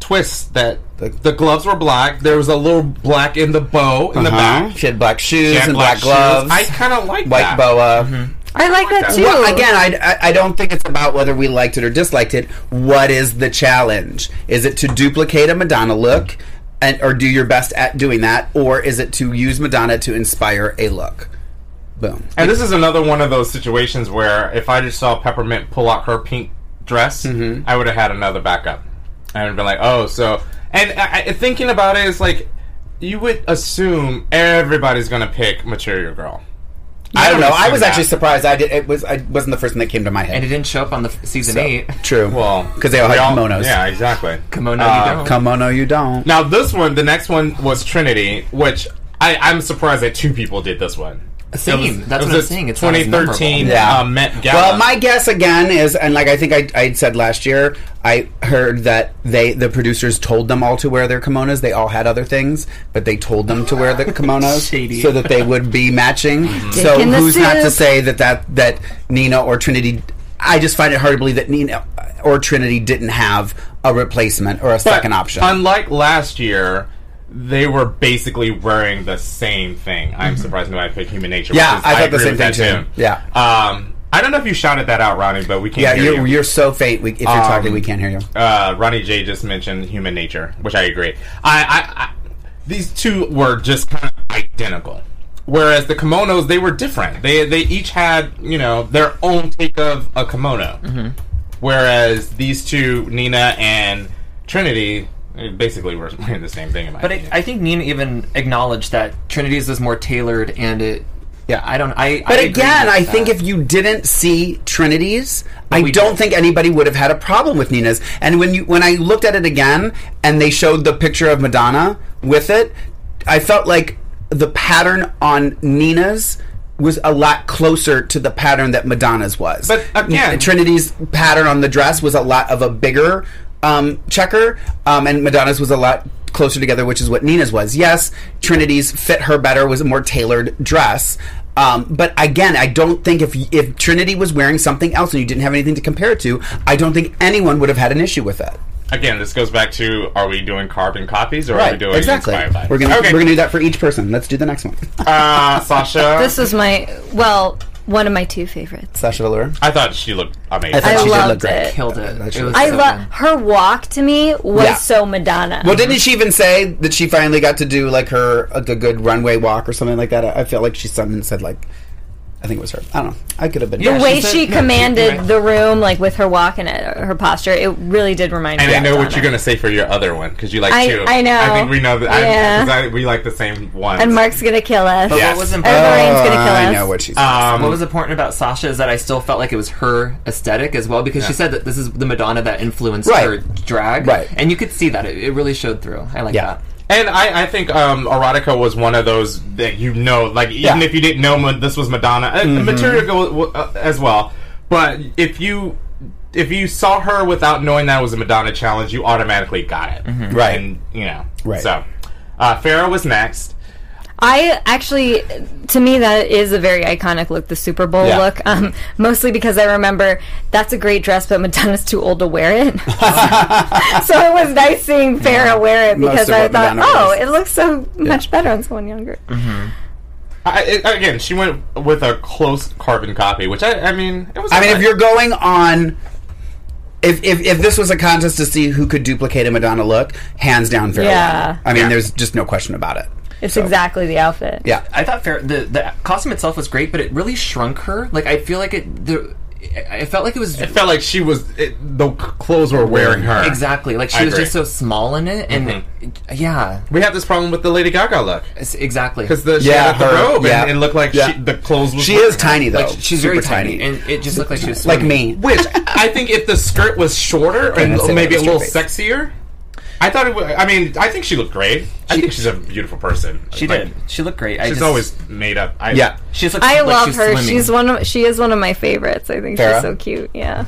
B: twist that the, gloves were black. There was a little black in the bow in the
E: Uh-huh.
B: back.
E: She had black shoes
B: Yeah,
E: and
B: black
E: black, gloves.
B: shoes. I kinda Mm-hmm. like
E: white
B: that.
E: boa.
A: I like that too.
E: Well, again, I, I- I don't think it's about whether we liked it or disliked it. What is the challenge? Is it to duplicate a Madonna look, and or do your best at doing that, or is it to use Madonna to inspire a look? Boom.
B: And this is another one of those situations where if I just saw Peppermint pull out her pink dress,
E: Mm-hmm.
B: I would have had another backup. I would have been like, oh, so. And I, I- thinking about it is like, you would assume everybody's going to pick Material Girl.
E: I don't
B: would
E: know. I
B: assume
E: was
B: that.
E: actually surprised. I did. It was. I wasn't the first thing that came to my
D: And it
E: head.
D: didn't show up on the f- season eight.
E: True.
B: Well,
E: because they all
B: we
E: had kimonos.
B: Yeah, exactly.
D: Kimono,
E: uh,
D: you don't.
E: Kimono, you don't.
B: Now, this one, the next one was Trinity, which I, I'm surprised that two people did this one.
D: Same.
B: It was-
D: That's
B: it
D: what I'm
B: was a
D: saying. It's not as
B: 2013
E: memorable. Yeah.
B: uh, Met Gala.
E: Well, my guess again is, and like I think I, I said last year, I heard that they the producers told them all to wear their kimonos. They all had other things, but they told them to wear the kimonos
D: Shady.
E: so that they would be matching.
B: Mm-hmm.
E: so
A: Dick in the
E: who's not to
A: soup.
E: say that that that Nina or Trinity? I just find it hard to believe that Nina or Trinity didn't have a replacement or a
B: But
E: second option.
B: Unlike last year, they were basically wearing the same thing.
D: Mm-hmm.
B: I'm surprised nobody picked Human Nature.
E: Yeah,
B: which is-
E: I thought the
B: agree
E: same
B: with that
E: thing, too. Yeah.
B: Um, I don't know if you shouted that out, Ronnie, but we can't.
E: yeah,
B: hear
E: you're,
B: you.
E: you're so faint. We, if you're talking, we can't hear you.
B: Uh, Ronnie J just mentioned Human Nature, which I agree. I, I, I these two were just kind of identical. Whereas the kimonos, they were different. They they each had you know their own take of a kimono.
E: Mm-hmm.
B: Whereas these two, Nina and Trinity, they basically were wearing the same thing. In my
D: But I,
B: opinion.
D: I think Nina even acknowledged that Trinity's was more tailored and it.
E: Yeah.
D: I don't. I.
E: But
D: I agree
E: again,
D: with
E: I
D: that.
E: think if you didn't see Trinity's, I
D: we
E: don't
D: did.
E: think anybody would have had a problem with Nina's. And when you when I looked at it again and they showed the picture of Madonna with it, I felt like the pattern on Nina's was a lot closer to the pattern that Madonna's was.
B: But again-
E: Trinity's pattern on the dress was a lot of a bigger um, checker, um, and Madonna's was a lot closer together, which is what Nina's was. Yes, Trinity's fit her better, was a more tailored dress. Um, but again, I don't think if if Trinity was wearing something else and you didn't have anything to compare it to, I don't think anyone would have had an issue with it.
B: Again, this goes back to: Are we doing carbon copies, or are we doing
E: exactly.
B: inspired by?
E: We're gonna
B: okay.
E: we're gonna do that for each person. Let's do the next one.
B: uh, Sasha.
A: this was my well, one of my two favorites.
E: Sasha Velour.
B: I thought she looked amazing.
E: thought
A: I
E: she did
A: loved
E: look great.
A: it.
D: killed it. it was
A: I
D: so
A: love
D: good.
A: her walk to me was
E: Yeah.
A: so Madonna.
E: Well, didn't she even say that she finally got to do like her like a good runway walk or something like that? I, I feel like she someone said like, I think it was her. I don't know. I could have been.
A: the way
D: she's a-
A: she
D: no,
A: commanded
D: right.
A: the room, like with her walk and uh, her posture, it really did remind
B: and
A: me.
B: I know what you're
A: going
B: gonna say for your other one because you like
A: I-
B: two.
A: I know.
B: I think we know that. I,
A: Yeah.
B: 'cause I, we like the same one.
A: And Mark's gonna kill us.
D: But
B: Yeah.
D: what was
B: Yes.
E: Oh.
A: And
D: important?
A: Lorraine's gonna kill us.
E: I know what she said.
B: Um,
D: what was important about Sasha is that I still felt like it was her aesthetic as well because she said that this is the Madonna that influenced
E: Right.
D: her drag,
E: Right.
D: And you could see that it, it really showed through. I like
E: Yeah.
D: that.
B: and I, I think um, erotica was one of those that you know, like even
E: Yeah. Mm-hmm.
B: if you didn't know Ma- this was Madonna, and Material Girl w- uh, as well. But if you if you saw her without knowing that it was a Madonna challenge, you automatically got it,
E: Mm-hmm. Right.
B: And you know,
E: Right.
B: So, uh, Farrah was next.
A: I actually, to me, that is a very iconic look, the Super Bowl
B: Yeah.
A: look. Um, mostly because I remember that's a great dress, but Madonna's too old to wear it. so it was nice seeing Farrah wear it
E: Most
A: because
E: of
A: I
E: what
A: thought,
E: Madonna
A: oh,
E: wears.
A: it looks so much better on someone younger.
B: I, I- again, she went with a close carbon copy, which I, I mean, it was.
E: I mean, if
B: alright.
E: you're going on. If, if, if this was a contest to see who could duplicate a Madonna look, hands down, Farrah.
A: Yeah.
E: Lynn. I mean,
B: Yeah.
E: there's just no question about it.
A: It's exactly the outfit.
E: Yeah.
D: I thought fair, the the costume itself was great, but it really shrunk her. Like I feel like it the. I I felt like it was
B: It felt like she was it, the c- clothes were wearing her.
D: exactly like she
B: I
D: was
B: agree. Mm-hmm.
D: just so small in it, and yeah,
B: We have this problem with the Lady Gaga look
D: it's exactly
B: because the she
E: Yeah,
B: had the
E: her-
B: robe
E: yeah.
B: and it looked like
E: Yeah.
B: she, the clothes. Was
E: She is tiny though.
D: like she's very
E: super
D: tiny, and it just looked like she was
E: like
D: swimming.
E: me.
B: Which I think if the skirt was shorter
E: Okay,
B: and
E: let's say
B: maybe a
E: that was
B: little
E: straight
B: sexier, I thought it. Would, I mean, I think she looked great. I think she's a beautiful person.
D: She
B: Like,
D: did. She looked great. I
B: She's
D: just,
B: always made up. I,
E: Yeah.
D: She just looked
A: I
D: like
A: love
D: she's
A: her.
D: Swimming.
A: She's one of she is one of my favorites. I think
E: Farrah?
A: she's so cute. Yeah.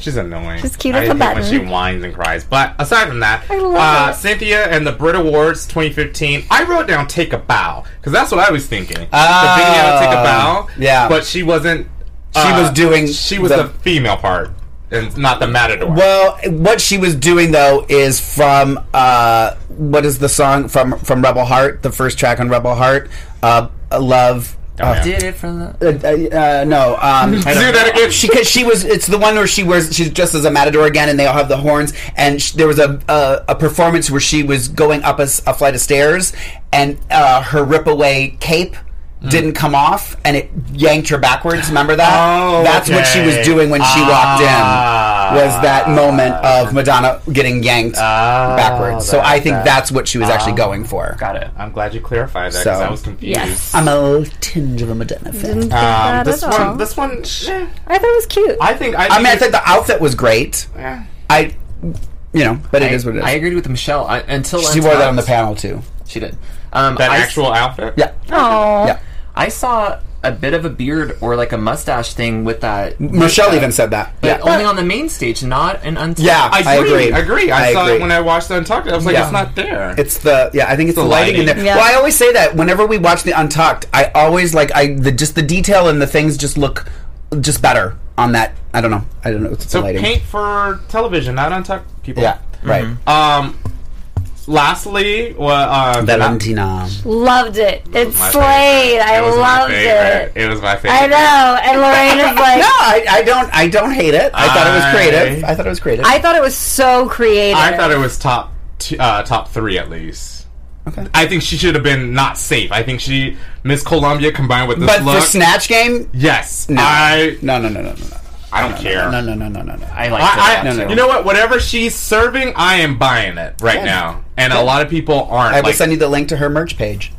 B: She's annoying.
A: She's cute
B: I
A: as a
B: hate
A: button.
B: when she whines and cries. But aside from that,
A: I love
B: uh,
A: it.
B: Cynthia and the Brit Awards 2015. I wrote down "Take a Bow" because that's what I was thinking.
E: Ah.
B: the video "Take a Bow."
E: Yeah.
B: but she wasn't. She
E: was doing
B: She was
E: the-
B: the, female part and not the matador.
E: Well, what she was doing though is from uh, what is the song from from Rebel Heart, the first track on Rebel Heart, uh, Love. uh,
D: did it from the.
E: uh, uh, no, um,
B: Do that again.
E: she because she was it's the one where she wears she's dressed as a matador again and they all have the horns and sh- there was a, a a performance where she was going up a, s- a flight of stairs and uh, her rip away cape
B: Mm.
E: didn't come off and it yanked her backwards remember that
B: Oh,
E: that's what she was
B: okay.
E: doing when she walked in was that moment of madonna getting yanked
B: Ah,
E: backwards so i think
B: that- Ah.
E: that's what she was actually going for
D: Got it.
B: I'm glad you clarified that
E: So-
B: because I was confused.
A: Yes.
E: i'm a little tinge of a madonna fan
A: Didn't think
B: Um,
A: that
B: this
A: at
B: one,
A: all.
B: this one, eh,
A: I thought it was cute.
B: I think. I,
E: i mean i think the outfit was great
B: Yeah.
E: i you know but it
D: I,
E: is what it is
D: I agreed with Michelle I, until
E: She wore that on the
D: Untucked.
E: panel too.
D: She did. Um,
B: that
D: I,
B: actual outfit.
E: Yeah.
A: Oh.
E: Yeah.
D: I saw a bit of a beard or like a mustache thing with that.
E: Michelle even said that.
D: But
E: Yeah.
D: only on the main stage, not an untucked.
E: Yeah.
B: I
E: I
B: agree.
E: agree.
B: I agree. I,
E: I
B: saw it
E: agree.
B: when I watched Untucked. I was like,
E: Yeah.
B: it's not there.
E: It's the yeah, I think it's the, lighting, in
B: lighting.
E: there.
A: Yeah.
E: Well, I always say that whenever we watch the Untucked, I always like I the just the detail and the things just look just better on that. I don't know. I don't know. It's
B: so
E: the lighting.
B: paint for television, not Untucked people.
E: yeah. Right.
B: Um. Lastly, well, um,
E: Valentina.
A: Loved it. It
B: my
A: slayed.
B: favorite.
A: I
B: It was my
A: loved
B: favorite.
A: it.
B: It was my favorite.
A: I know. And Lorena's like,
E: No, I, I don't. I don't hate it. I, thought it was
B: I-
E: creative. I thought it was creative.
A: I thought it was so creative.
B: I thought it was top t- uh, top three at least.
E: Okay.
B: I think she should have been not safe. I think she Miss Columbia combined with this
E: but
B: look.
E: for snatch game,
B: yes, I
E: no, no, no, no, no, no.
B: I don't care.
E: no, no, no, no, no, no.
D: I liked it.
B: I, I,
E: No, no, no.
B: You know what? Whatever she's serving, I am buying it right now, and a lot of people aren't.
E: I will
B: like,
E: send you the link to her merch page.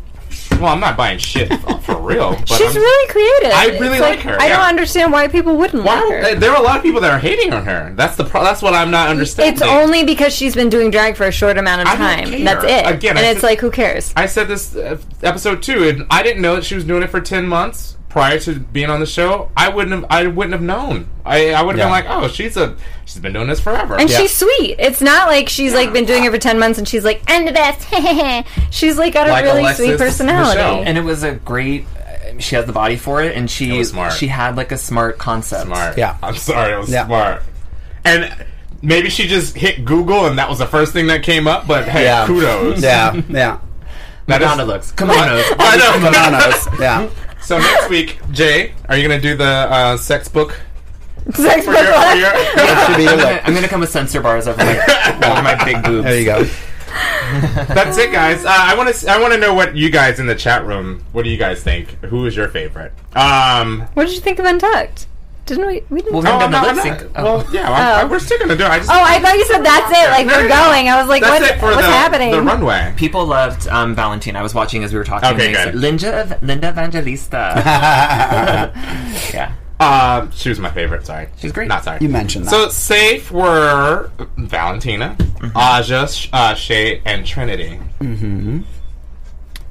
B: well, I'm not buying shit for real. But
A: She's
B: I'm,
A: really creative.
B: I
A: It's
B: really like her,
A: I
B: yeah.
A: don't understand why people wouldn't
B: Why
A: like her.
B: don't- there are a lot of people that are hating on her. That's the pro- that's what I'm not understanding.
A: It's only because she's been doing drag for a short amount of
B: I don't
A: time.
B: care.
A: That's it.
B: Again, I
A: and it's
B: said-
A: like, who cares?
B: I said this uh, episode two, and I didn't know that she was doing it for ten months prior to being on the show. I wouldn't have. I wouldn't have known. I, I would have
E: Yeah.
B: been like, oh, she's a she's been doing this forever.
A: and she's sweet. It's not like she's like been doing it for ten months and she's like, I'm the best. she's like got a
B: Like
A: really
B: Alexis
A: sweet personality.
B: Michelle.
D: And it was a great. She has the body for it, and she
B: was smart.
D: she had like a smart concept.
B: smart.
E: Yeah.
B: I'm sorry, I was
E: Yeah.
B: smart. And maybe she just hit Google, and that was the first thing that came up. But hey,
E: Yeah.
B: kudos.
E: Yeah, yeah.
B: That is-
D: Madonna looks. Kimonos.
B: I know.
E: Bananas. Yeah.
B: So next week, Jay, are you gonna do the uh, sex book?
A: Sex
B: For your,
A: book.
B: for your-
E: Should be your
D: I'm gonna,
E: look.
D: I'm gonna come with censor bars over my, over my big boobs.
E: There you go.
B: That's it, guys. Uh, I want to. I want to know what you guys in the chat room. What do you guys think? Who is your favorite? Um,
A: What did you think of Untucked? Didn't we? We didn't.
D: Well,
B: no,
D: We're
B: I'm not,
D: gonna
B: I'm
D: lip
B: not-
D: sync.
B: Well, yeah, I'm-
A: Oh.
B: I- we're still gonna do it. I just,
A: oh, I thought you said that's it. Like
B: No,
A: we're
B: no, no.
A: going. I was like,
B: that's
A: what's,
B: it for
A: what's
B: the,
A: happening?
B: the runway.
D: People loved um, Valentine. I was watching as we were talking.
B: Okay,
D: and they
B: good.
D: said, Linda, Ev- Linda Evangelista. yeah.
B: Um, she was my favorite. Sorry,
D: She's great.
B: Not sorry.
E: You mentioned that.
B: So safe were Valentina, Aja, Sh- uh, Shay, and Trinity.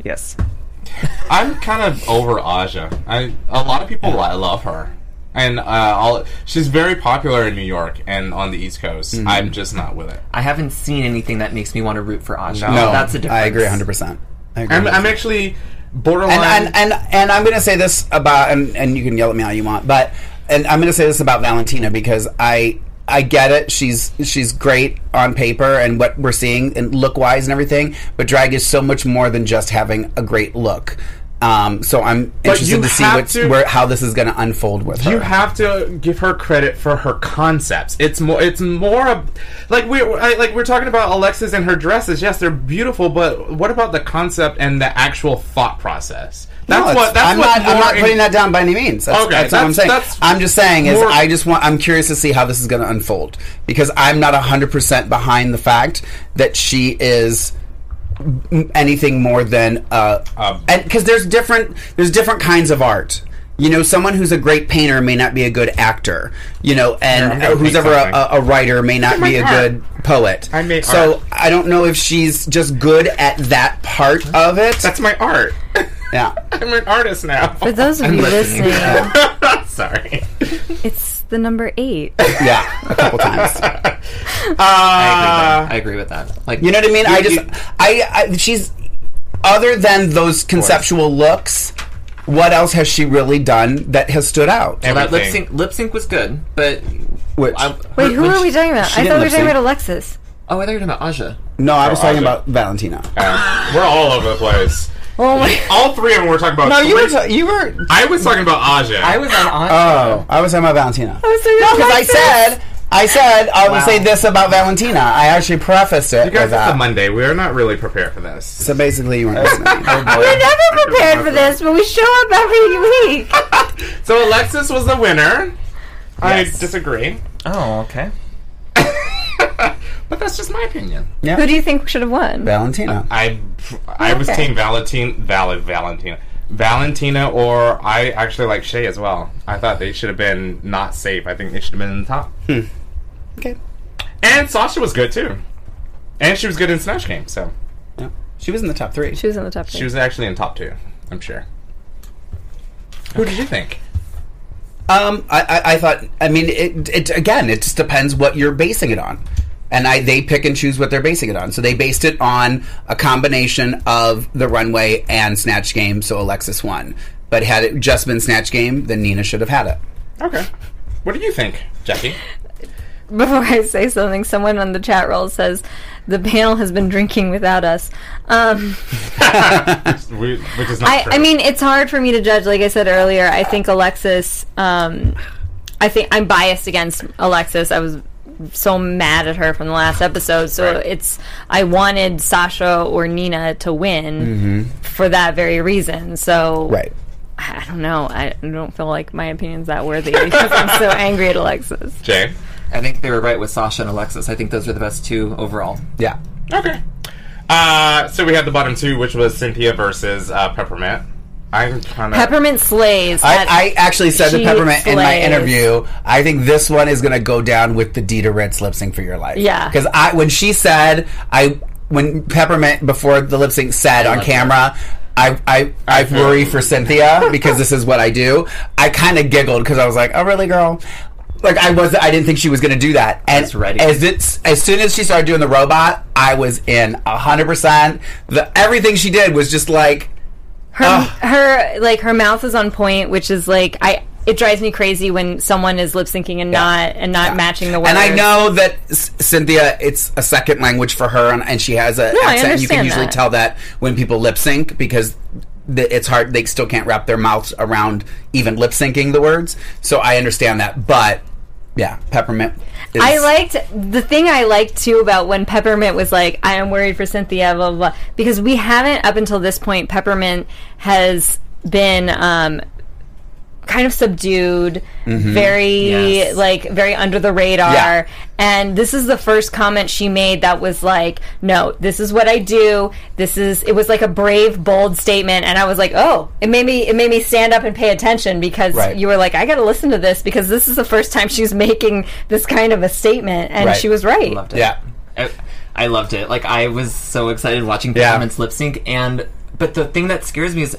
D: Yes.
B: I'm kind of over Aja. I a lot of people li- love her, and uh, all, she's very popular in New York and on the East Coast. I'm just not with it.
D: I haven't seen anything that makes me want to root for Aja.
B: oh,
E: no,
D: that's a difference.
E: I agree 100. percent I agree.
B: I'm,
E: 100%.
B: I'm actually borderline.
E: and, and and and I'm going to say this about and and you can yell at me all you want, but and I'm going to say this about Valentina because I I get it. She's she's great on paper and what we're seeing and look wise and everything, but drag is so much more than just having a great look. Um, so I'm
B: But you
E: interested to see
B: have
E: what's,
B: to-
E: where, how this is going to unfold with her.
B: You have to give her credit for her concepts. It's more. It's more of, like we I- like we're talking about Alexis and her dresses. Yes, they're beautiful, but what about the concept and the actual thought process? That's
E: No, it's-
B: what. That's
E: I'm
B: what.
E: not, I'm
B: more
E: not
B: in-
E: putting that down by any means. That's,
B: Okay,
E: that's, what I'm
B: that's-
E: saying.
B: that's
E: I'm just saying is
B: more-
E: I just want I'm curious to see how this is going to unfold because I'm not 100% behind the fact that she is m- anything more than uh
B: Um,
E: and cuz there's different there's different kinds of art. You know, someone who's a great painter may not be a good actor. You know,
B: I'm
E: and
B: gonna
E: who's
B: paint
E: ever a,
B: something.
E: a, a writer may not be a
B: art.
E: good poet.
B: I made
E: so
B: art.
E: I don't know if she's just good at that part of it.
B: That's my art.
E: yeah.
B: I'm an artist now.
A: For those of you
E: listening.
A: listening,
B: Sorry.
A: it's the number eight.
E: Yeah, a couple times.
A: Ah.
D: I agree with that. I agree with that. Like
E: You know what I mean? I just,
D: you-
E: I, I, she's, other than those conceptual looks, what else has she really done that has stood out?
B: And-
D: that lip
B: everything.
D: sync. Lip sync was good, but
E: Which,
D: I,
A: Wait, who
D: when
A: are we
D: she-
A: talking about?
E: she
A: I thought we were
E: didn't
A: talking
E: lip-sync.
A: about Alexis.
D: Oh, I thought you were talking about Aja.
E: no, I was
B: Oh,
E: talking
B: Aja.
E: about Valentina.
B: Um, we're all over the place.
A: Oh my.
B: All three of them were talking about.
E: no, you were,
B: three-
E: ta- you were.
B: I was talking about Aja.
D: I was on Aja.
E: Oh, I was talking about Valentina.
A: I was talking about
E: Because I
A: Alexis.
E: said, I said I would
D: Wow.
E: say this about Valentina. I actually prefaced it
B: You guys,
E: with
B: it's a
E: that.
B: Monday. We are not really prepared for this.
E: So basically, you weren't
D: Oh,
E: listening.
A: We're never prepared for this, but we show up every week.
B: So Alexis was the winner. I disagree,
D: Oh, okay.
B: but that's just my opinion.
A: Who do you think should have won?
E: Valentina.
B: I I was
A: Okay.
B: team Valentin, Valid Valentina, Valentina, or I actually like Shay as well. I thought they should have been not safe. I think they should have been in the top.
E: Okay.
B: And Sasha was good too, and she was good in Smash Game. So
E: Yeah. She was in the top three.
A: She was in the top.
B: she was actually in top two. I'm sure. Who did you think?
E: Um, I, I, I thought. I mean, it, it again. It just depends what you're basing it on, and I they pick and choose what they're basing it on. So they based it on a combination of the runway and snatch game. So Alexis won, but had it just been snatch game, then Nina should have had it.
B: Okay. What do you think, Jackie?
A: before I say something, someone on the chat roll says the panel has been drinking without us. Um,
B: We, which is not
A: I,
B: true.
A: I mean, it's hard for me to judge. Like I said earlier, I think Alexis. Um, I think I'm biased against Alexis. I was so mad at her from the last episode. So
B: Right.
A: it's I wanted Sasha or Nina to win
E: Mm-hmm.
A: for that very reason. So I I don't know. I don't feel like my opinion's that worthy because I'm so angry at Alexis.
B: Jay.
D: I think they were right with Sasha and Alexis. I think those were the best two overall.
E: Yeah.
B: Okay. Uh, so we had the bottom two, which was Cynthia versus uh, Peppermint. I'm kind of
A: Peppermint slays. at-
E: I, I actually said to
A: She
E: Peppermint in my
A: slays.
E: interview, I think this one is going to go down with the Dita Ritz lip sync for your life.
A: Yeah.
E: Because I when she said, I when Peppermint before the lip sync said on camera, I, I, I worry for Cynthia because this is what I do. I kind of giggled because I was like, oh, really, girl? Like I was, I didn't think she was going to do that. And
D: was ready.
E: as it's as soon as she started doing the robot, I was in hundred percent. The everything she did was just like
A: her,
E: Ah.
A: her like her mouth is on point, which is like I. It drives me crazy when someone is lip syncing and not and not matching the words.
E: And I know that S- Cynthia, it's a second language for her, and, and she has an
A: I
E: accent. and You can
A: understand
E: usually
A: that.
E: tell that when people lip sync because th- it's hard; they still can't wrap their mouths around even lip syncing the words. So I understand that, but yeah, peppermint. Is,
A: I liked the thing I liked too about when Peppermint was like, "I am worried for Cynthia," blah blah, blah because we haven't up until this point. Peppermint has been um, kind of subdued, very
D: Yes.
A: like very under the radar,
E: Mm-hmm. Yeah.
A: and this is the first comment she made that was like, "No, this is what I do. This is." It was like a brave, bold statement, and I was like, "Oh!" It made me it made me stand up and pay attention because
E: Right.
A: you were like, "I got to listen to this because this is the first time she's making this kind of a statement," and
E: Right.
A: she was right.
D: Loved it.
E: Yeah,
D: I, I loved it. Like I was so excited watching
E: Yeah.
D: performance lip sync, and but the thing that scares me is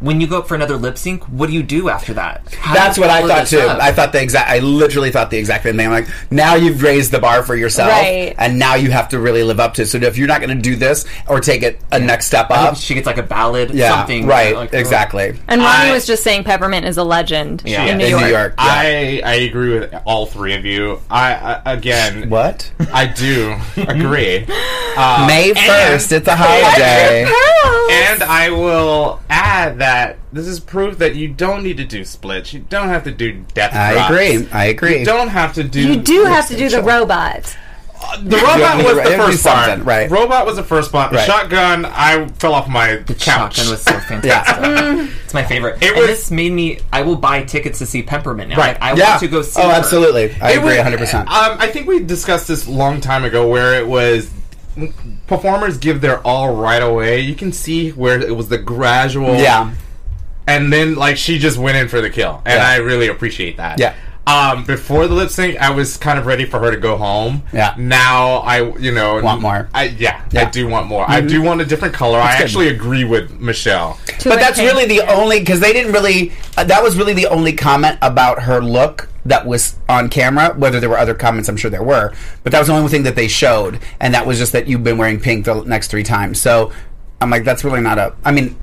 D: when you go up for another lip sync, what do you do after that? How
E: that's
D: do
E: what
D: you
E: I
D: follow
E: thought
D: this
E: too.
D: up?
E: I thought the exact. I literally thought the exact same thing. I'm like, now you've raised the bar for yourself,
A: Right.
E: and now you have to really live up to. it. So if you're not going to do this or take it a next step
D: I hope
E: up,
D: she gets like a ballad,
E: yeah,
D: something,
E: right,
D: like, oh.
E: exactly.
A: And Ronnie
B: I-
A: was just saying Peppermint is a legend
D: Yeah.
A: in New
E: in
A: York.
E: New York, yeah.
B: I I agree with all three of you. I, I again,
E: What?
B: I do agree,
E: May 1st, it's a holiday.
B: and I will add that this is proof that you don't need to do splits. You don't have to do death.
E: I
B: drops.
E: agree. I agree.
B: You don't have to do.
A: You do have to do the robot.
B: The robot
E: Yeah,
B: was
E: right,
B: the
E: it'd be
B: first part.
E: something, right.
B: Robot was the first part. The
E: Right.
B: shotgun, I fell off my couch.
D: Shotgun was so fantastic. It's my favorite.
B: It
D: and
B: was-
D: this made me. I will buy tickets to see Peppermint now.
B: Right.
D: Like, I
E: yeah.
D: want to go see.
E: oh,
D: her.
E: absolutely. I
B: It
E: agree
B: was-
E: 100%.
B: Um, I think we discussed this long time ago, where it was performers give their all right away. You can see where it was the gradual,
E: yeah.
B: and then like she just went in for the kill, and
E: Yeah.
B: I really appreciate that.
E: Yeah.
B: Um, before the lip sync, I was kind of ready for her to go home.
E: Yeah.
B: Now I, you know,
E: Want more.
B: I yeah, I
E: Yeah. Mm-hmm.
B: do want more. I do want a different color. I actually agree with Michelle.
E: But that's really the only because they didn't really. Uh, that was really the only comment about her look that was on camera. Whether there were other comments, I'm sure there were, but that was the only thing that they showed, and that was just that you've been wearing pink the next three times. So I'm like, that's really not a. I mean,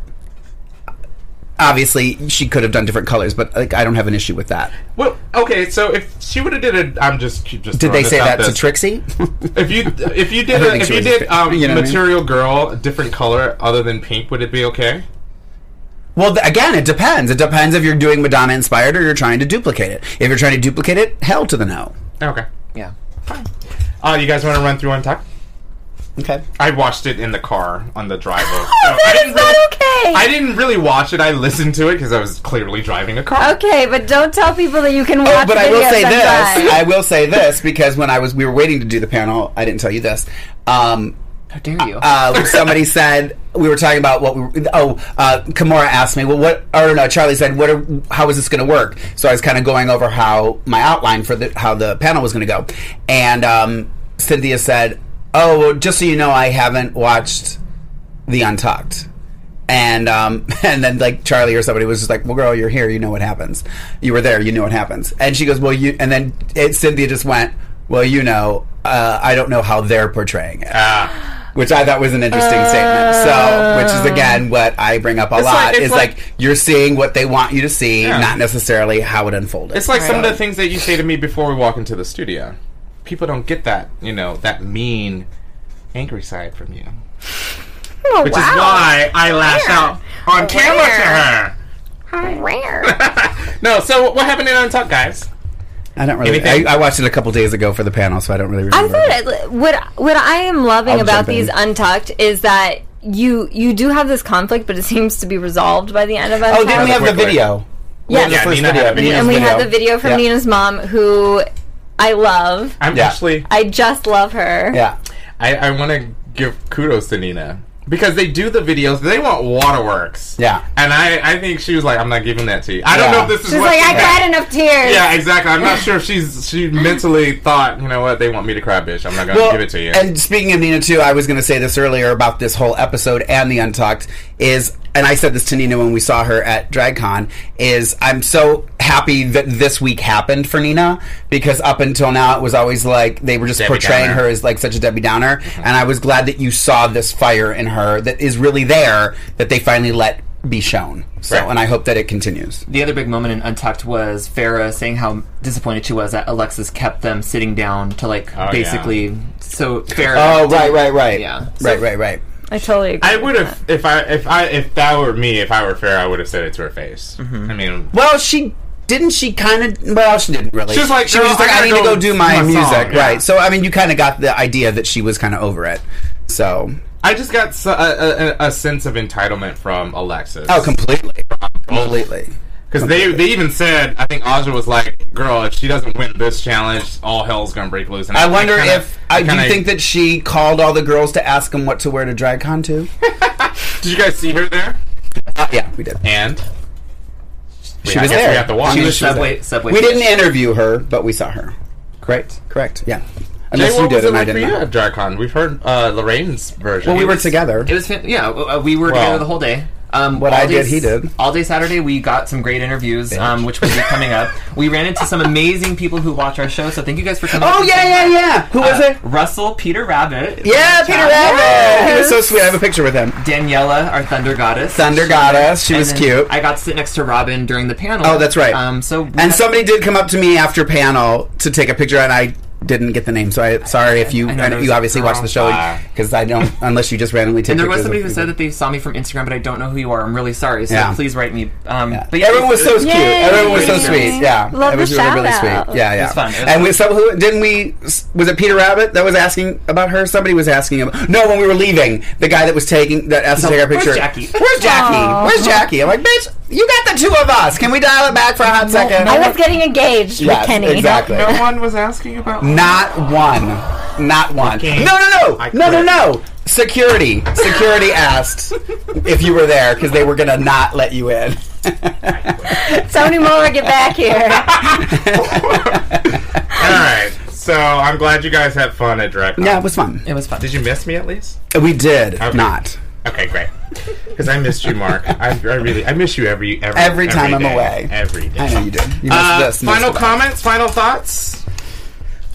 E: obviously she could have done different colors, but like I don't have an issue with that.
B: Well, okay, so if she would have did a, I'm just keep just.
E: Did
B: throwing
E: they
B: this
E: say
B: out
E: that to
B: this-
E: Trixie?
B: If you if you
E: I
B: did
E: don't
B: a,
E: think
B: if
E: she
B: you
E: was
B: did
E: fit-
B: um,
E: you know what I mean?
B: material girl a different color other than pink would it be okay?
E: Well, th- again, it depends. It depends if you're doing Madonna inspired or you're trying to duplicate it. If you're trying to duplicate it, hell to the no.
B: Okay.
D: Yeah.
B: Uh, you guys want to run through on talk?
E: Okay.
B: I watched it in the car on the drive. over.
A: Oh, that
B: I
A: is
B: didn't
A: not
B: really-
A: okay.
B: I didn't really watch it. I listened to it because I was clearly driving a car.
A: okay, but don't tell people that you can watch.
E: Oh, but I will
A: videos
E: say
A: and
E: this.
A: drive.
E: I will say this because when I was we were waiting to do the panel, I didn't tell you this. Um,
D: How dare you?
E: uh, somebody said we were talking about what we. Oh, uh, Kimura asked me, "Well, what?" Or no, Charlie said, "What? Are, how is this going to work?" So I was kind of going over how my outline for the how the panel was going to go, and um, Cynthia said, "Oh, well, just so you know, I haven't watched the Untucked." And um, and then like Charlie or somebody was just like, "Well, girl, you're here. You know what happens. You were there. You know what happens." And she goes, "Well, you." And then it, Cynthia just went, "Well, you know, uh, I don't know how they're portraying it."
B: Ah.
E: Which I thought was an interesting statement. So, which is again what I bring up a
B: It's like-
E: lot
B: it's
E: is
B: like-
E: like, you're seeing what they want you to see,
B: Yeah.
E: not necessarily how it unfolded.
B: It's like some of
E: So-
B: the things that you say to me before we walk into the studio. People don't get that, you know, that mean, angry side from you.
A: Oh,
B: Which
A: wow.
B: is why I lash out on camera to her. How rare. no, so what happened in Untucked, guys?
E: I don't really.
B: anything-
E: I, I watched it a couple days ago for the panel, so I don't really
A: I
E: remember.
A: thought it, what what I am loving
E: I'll
A: about
E: jump in.
A: these untucked is that you you do have this conflict, but it seems to be resolved by the end of
E: oh,
A: untucked.
E: didn't we have the
B: Quickly.
E: video?
A: Yes.
B: Yeah,
E: first
B: Nina had
E: video.
B: a video.
A: and we had the video from
E: Yeah.
A: Nina's mom, who I love.
B: I'm
E: Yeah.
B: actually,
A: I just love her.
E: Yeah.
B: I, I want to give kudos to Nina because they do the videos. They want waterworks.
E: Yeah.
B: and I, I think she was like, I'm not giving that to you. I don't
E: Yeah.
B: know if this is
A: She's
B: what
A: like,
B: she
A: I
B: had."
A: cried enough tears.
B: Yeah, exactly. I'm not sure if she's she mentally thought, you know what, they want me to cry, bitch. I'm not gonna
E: Well,
B: give it to you.
E: And speaking of Nina too, I was going to say this earlier about this whole episode and the Untucked is, and I said this to Nina when we saw her at DragCon is I'm so happy that this week happened for Nina because up until now it was always like they were just
B: Debbie
E: portraying
B: Downer. Mm-hmm.
E: her as like such a Debbie Downer, and I was glad that you saw this fire in her that is really there that they finally let be shown. So,
B: Right.
E: and I hope that it continues.
D: the other big moment in Untucked was Farah saying how disappointed she was that Alexis kept them sitting down to like
B: yeah.
D: basically. So Farah.
E: Oh, right, right, right.
D: Yeah.
E: Right, right, right.
A: I totally agree.
B: I would have if I if I if that were me, if I were fair, I would have said it to her face.
E: Mm-hmm.
B: I mean,
E: Well, she didn't. She kind of. Well, she didn't really.
B: She was like,
E: she was
B: "Girl,
E: just like,
B: I
E: I,
B: gotta
E: need to
B: go
E: go do my,
B: do my
E: music,
B: song," yeah.
E: right? So, I mean, you kind of got the idea that she was kind of over it. So,
B: I just got s- a, a, a- a sense of entitlement from Alexis.
E: oh, completely, completely.
B: Because they, they even said, I think Aja was like, "Girl, if she doesn't win this challenge, all hell's gonna break loose." And
E: I wonder
B: kinda-
E: if I, do you
B: kinda-
E: think that she called all the girls to ask them what to wear to DragCon to?
B: Did you guys see her there?
E: Uh, yeah, we did.
B: And
E: She
B: I
E: was
B: guess
E: there.
B: We have to watch.
D: She was
E: She was
D: subway.
E: there.
D: Subway.
E: We didn't interview her, but we saw her. Correct. Correct. Yeah. Unless
B: Jay,
E: you
B: what was it
E: did, and I
B: like for
E: didn't.
B: you
E: know.
B: at DragCon? We've heard uh, Lorraine's version.
E: Well, we
B: It
E: were
B: was-
E: together.
D: It was fan- yeah. uh, We were
B: Well,
D: together the whole day. Um,
E: e-" what
D: all
E: I did,
D: day-
E: he did.
D: All day Saturday, we got some great interviews, um, which will be coming up. We ran into some amazing people who watch our show, so thank you guys for coming.
E: Oh yeah, yeah, yeah. Who was it?
D: Uh, Russell, Peter Rabbit.
E: Yeah, Peter Rabbit. He was so sweet. I have a picture with him.
D: Daniela, our Thunder Goddess.
E: Thunder
D: She-
E: Goddess. She
D: and
E: was
D: then
E: cute.
D: I got to sit next to Robin during the panel.
E: Oh, that's right.
D: Um, so we
E: And
D: had-
E: somebody did come up to me after panel to take a picture, and I didn't get the name, so I sorry if you
D: I know
E: I
D: there
E: know
D: was
E: you
D: a
E: obviously watched the show
B: Ah.
E: because I don't unless you just randomly.
D: And there was somebody who said that they saw me from Instagram, but I don't know who you are. I'm really sorry. So
E: Yeah.
D: please write me. Um, But
E: But everyone was so cute.
A: Yay.
E: Everyone was so
D: Thank you.
E: sweet. Yeah,
A: Love
E: it was
A: the
E: really, really
A: shout-out.
E: sweet. Yeah, yeah.
D: was fun. It was
E: and we, so who didn't we? Was it Peter Rabbit that was asking about her? Somebody was asking about. No, when we were leaving, the guy that was taking that asked to take our
D: where's
E: picture.
D: Jackie?
E: Where's Jackie?
A: Aw.
E: Where's Jackie? I'm like, bitch, you got the two of us. Can we dial it back for a hot second?
A: I was getting engaged
E: Yes,
A: with Kenny.
E: exactly.
B: No one was asking about.
E: Not one. Not one.
B: Okay.
E: No, no, no.
B: I
E: No, no,
B: quit.
E: no. Security. Security asked if you were there because they were going to not let you in.
A: Tony Moore, get back here.
B: All right. So I'm glad you guys had fun at DragCon.
E: Yeah, it was fun.
D: it was fun.
B: Did you miss me at least?
E: We did not.
B: Okay, great. Because I missed you, Mark. I, I really, I miss you every every
E: Every time I'm
B: day.
E: away.
B: Every day.
E: I know you did. You missed
B: Uh,
E: this. missed
B: final
E: that.
B: comments. Final thoughts.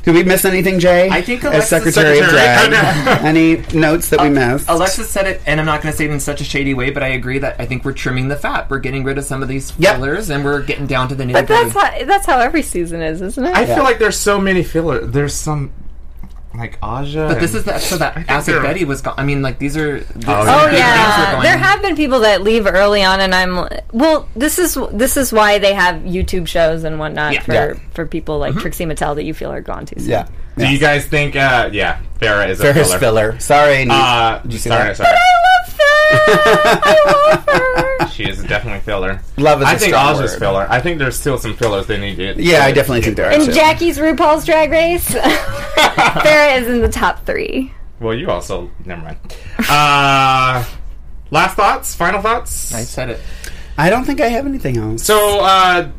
E: Did we miss anything, Jay?
D: I think
E: as
D: Alexis-
E: Secretary, of
B: Secretary-
E: Drag.
B: Oh,
E: Any notes
B: Uh,
E: that we missed?
D: Alexis said it, and I'm not going to say it in such a shady way, but I agree that I think we're trimming the fat. We're getting rid of some of these
E: Yep.
D: fillers, and we're getting down to the nitty
A: But that's
D: gritty.
A: how, that's how every season is, isn't it?
B: I feel like there's so many filler. There's some like Aja.
D: But this is the, so that Acid
B: they're-
D: Betty was gone. I mean, like these are. These
B: Oh,
A: Oh
B: Things were
A: yeah, there
D: there
A: have been people that leave early on, and I'm l- well. This is this is why they have YouTube shows and whatnot for
E: Yeah.
A: for people
B: Mm-hmm.
A: like Trixie Mattel that you feel are gone too soon.
E: yeah.
B: Do you guys think? uh Yeah, Farrah is a
E: Ferris
B: filler.
E: filler. Sorry. Nate.
B: Uh,
E: Did you see
B: sorry,
E: that?
B: sorry.
A: I love her.
B: She is definitely filler.
E: Love is
B: I
E: a
B: think
E: strong
B: Aja's
E: word.
B: filler. I think there's still some fillers they need to.
E: yeah, I definitely think there are.
A: In
E: two.
A: Jackie's RuPaul's Drag Race, Farrah is in the top three.
B: Well, you also never mind. Uh, last thoughts, final thoughts.
D: I said it.
E: I don't think I have anything else.
B: So uh,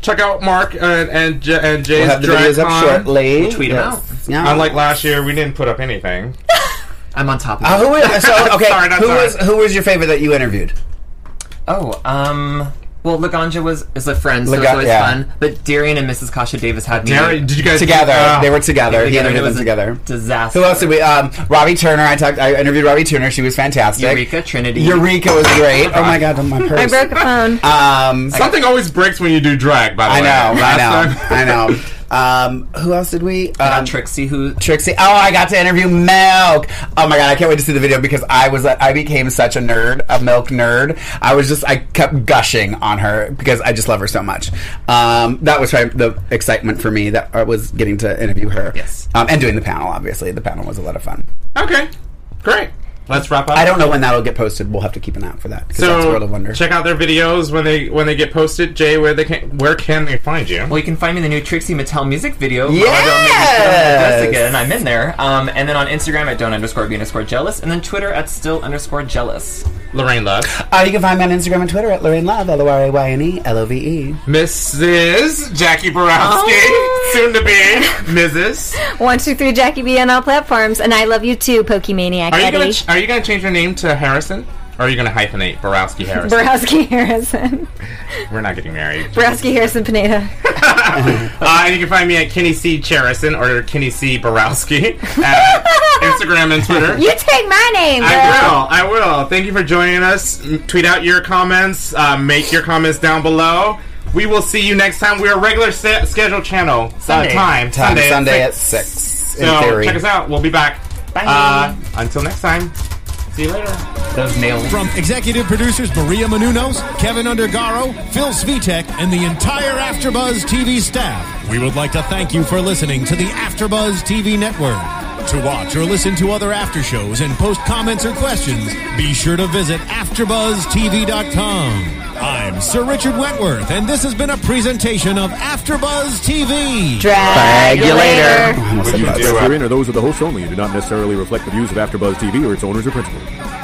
B: check out Mark and and, J- and Jay's
E: we'll have the
B: drag
E: videos up
B: con.
E: shortly.
D: Tweet 'em out.
E: Yeah.
B: Unlike last year, we didn't put up anything.
D: I'm on top of
E: Uh,
D: it.
E: who was, so, okay,
B: Sorry, not
E: who
B: sorry.
E: was who was your favorite that you interviewed?
D: Oh, um. Well, Laganja was is a friend, so it's
E: Laga-
D: always
E: yeah.
D: fun. But Darian and Mrs. Kasha Davis had me
B: Jerry, did you guys
E: Together,
B: Uh,
E: they were together. He
D: together, and it
E: interviewed them
D: was a
E: together.
D: Disaster.
E: Who else did we? Um, Robbie Turner. I talked. I interviewed Robbie Turner. She was fantastic.
D: Eureka Trinity.
E: Eureka was great. Oh my god, my
A: I
E: purse.
A: broke a phone.
B: Uh,
E: um,
B: Something always breaks when you do drag. By the way,
E: I know.
B: Last
E: I
B: time-
E: know. I know. Um, who else did we?
D: Uh,
E: Um,
D: Trixie, who
E: Trixie. Oh, I got to interview Milk. Oh my god, I can't wait to see the video because I was I became such a nerd, a Milk nerd. I was just I kept gushing on her because I just love her so much. Um, that was probably the excitement for me that I was getting to interview her.
D: Yes.
E: um, and doing the panel. Obviously, the panel was a lot of fun.
B: okay, great. Let's wrap up.
E: I don't know when that'll get posted. We'll have to keep an eye out for that. 'cause that's World of
B: So
E: Wonder.
B: check out their videos when they when they get posted. Jay, where they can where can they find you?
D: Well, you can find me in the new Trixie Mattel music video.
E: Yes!
D: Although maybe she don't have this again. I'm in there. Um, and then on Instagram at don't underscore be underscore jealous, and then Twitter at still underscore jealous.
B: Lorraine Love,
E: Uh, you can find me on Instagram and Twitter at Lorraine Love L O R A Y N E L O V E.
B: Mrs. Jackie Borowski,
E: Oh.
B: soon to be Mrs.
A: One, two, three, Jackie B on all platforms, and I love you too, Pokemaniac
B: Are you
A: Eddie
B: gonna ch- Are you gonna change your name to Harrison? Or are you gonna hyphenate Borowski Harrison?
A: Borowski Harrison,
B: We're not getting married.
A: Borowski Harrison Pineda.
B: Uh, and you can find me at Kenny C. Cherison or Kenny C. Borowski at Instagram and Twitter.
A: You take my name, girl.
B: I will. I will. Thank you for joining us. M- Tweet out your comments. Uh, make your comments down below. We will see you next time. We're a regular se- schedule channel uh,
D: Sunday.
B: time.
E: Time Sunday,
B: at
E: at
B: six.
E: six. in
B: So
E: theory.
B: check us out. We'll be back.
D: Bye.
B: Uh, until next time. See you later.
D: Those nails.
C: From executive producers Maria Menounos, Kevin Undergaro, Phil Svitek, and the entire AfterBuzz TV staff, we would like to thank you for listening to the AfterBuzz TV network. To watch or listen to other after shows and post comments or questions, be sure to visit AfterBuzzTV.com. I'm Sir Richard Wentworth, and this has been a presentation of AfterBuzz TV.
A: Drag you later.
E: I almost
B: Would
E: said
B: you
E: both.
B: do it?
H: are those of the hosts only and do not necessarily reflect the views of AfterBuzz TV or its owners or principals.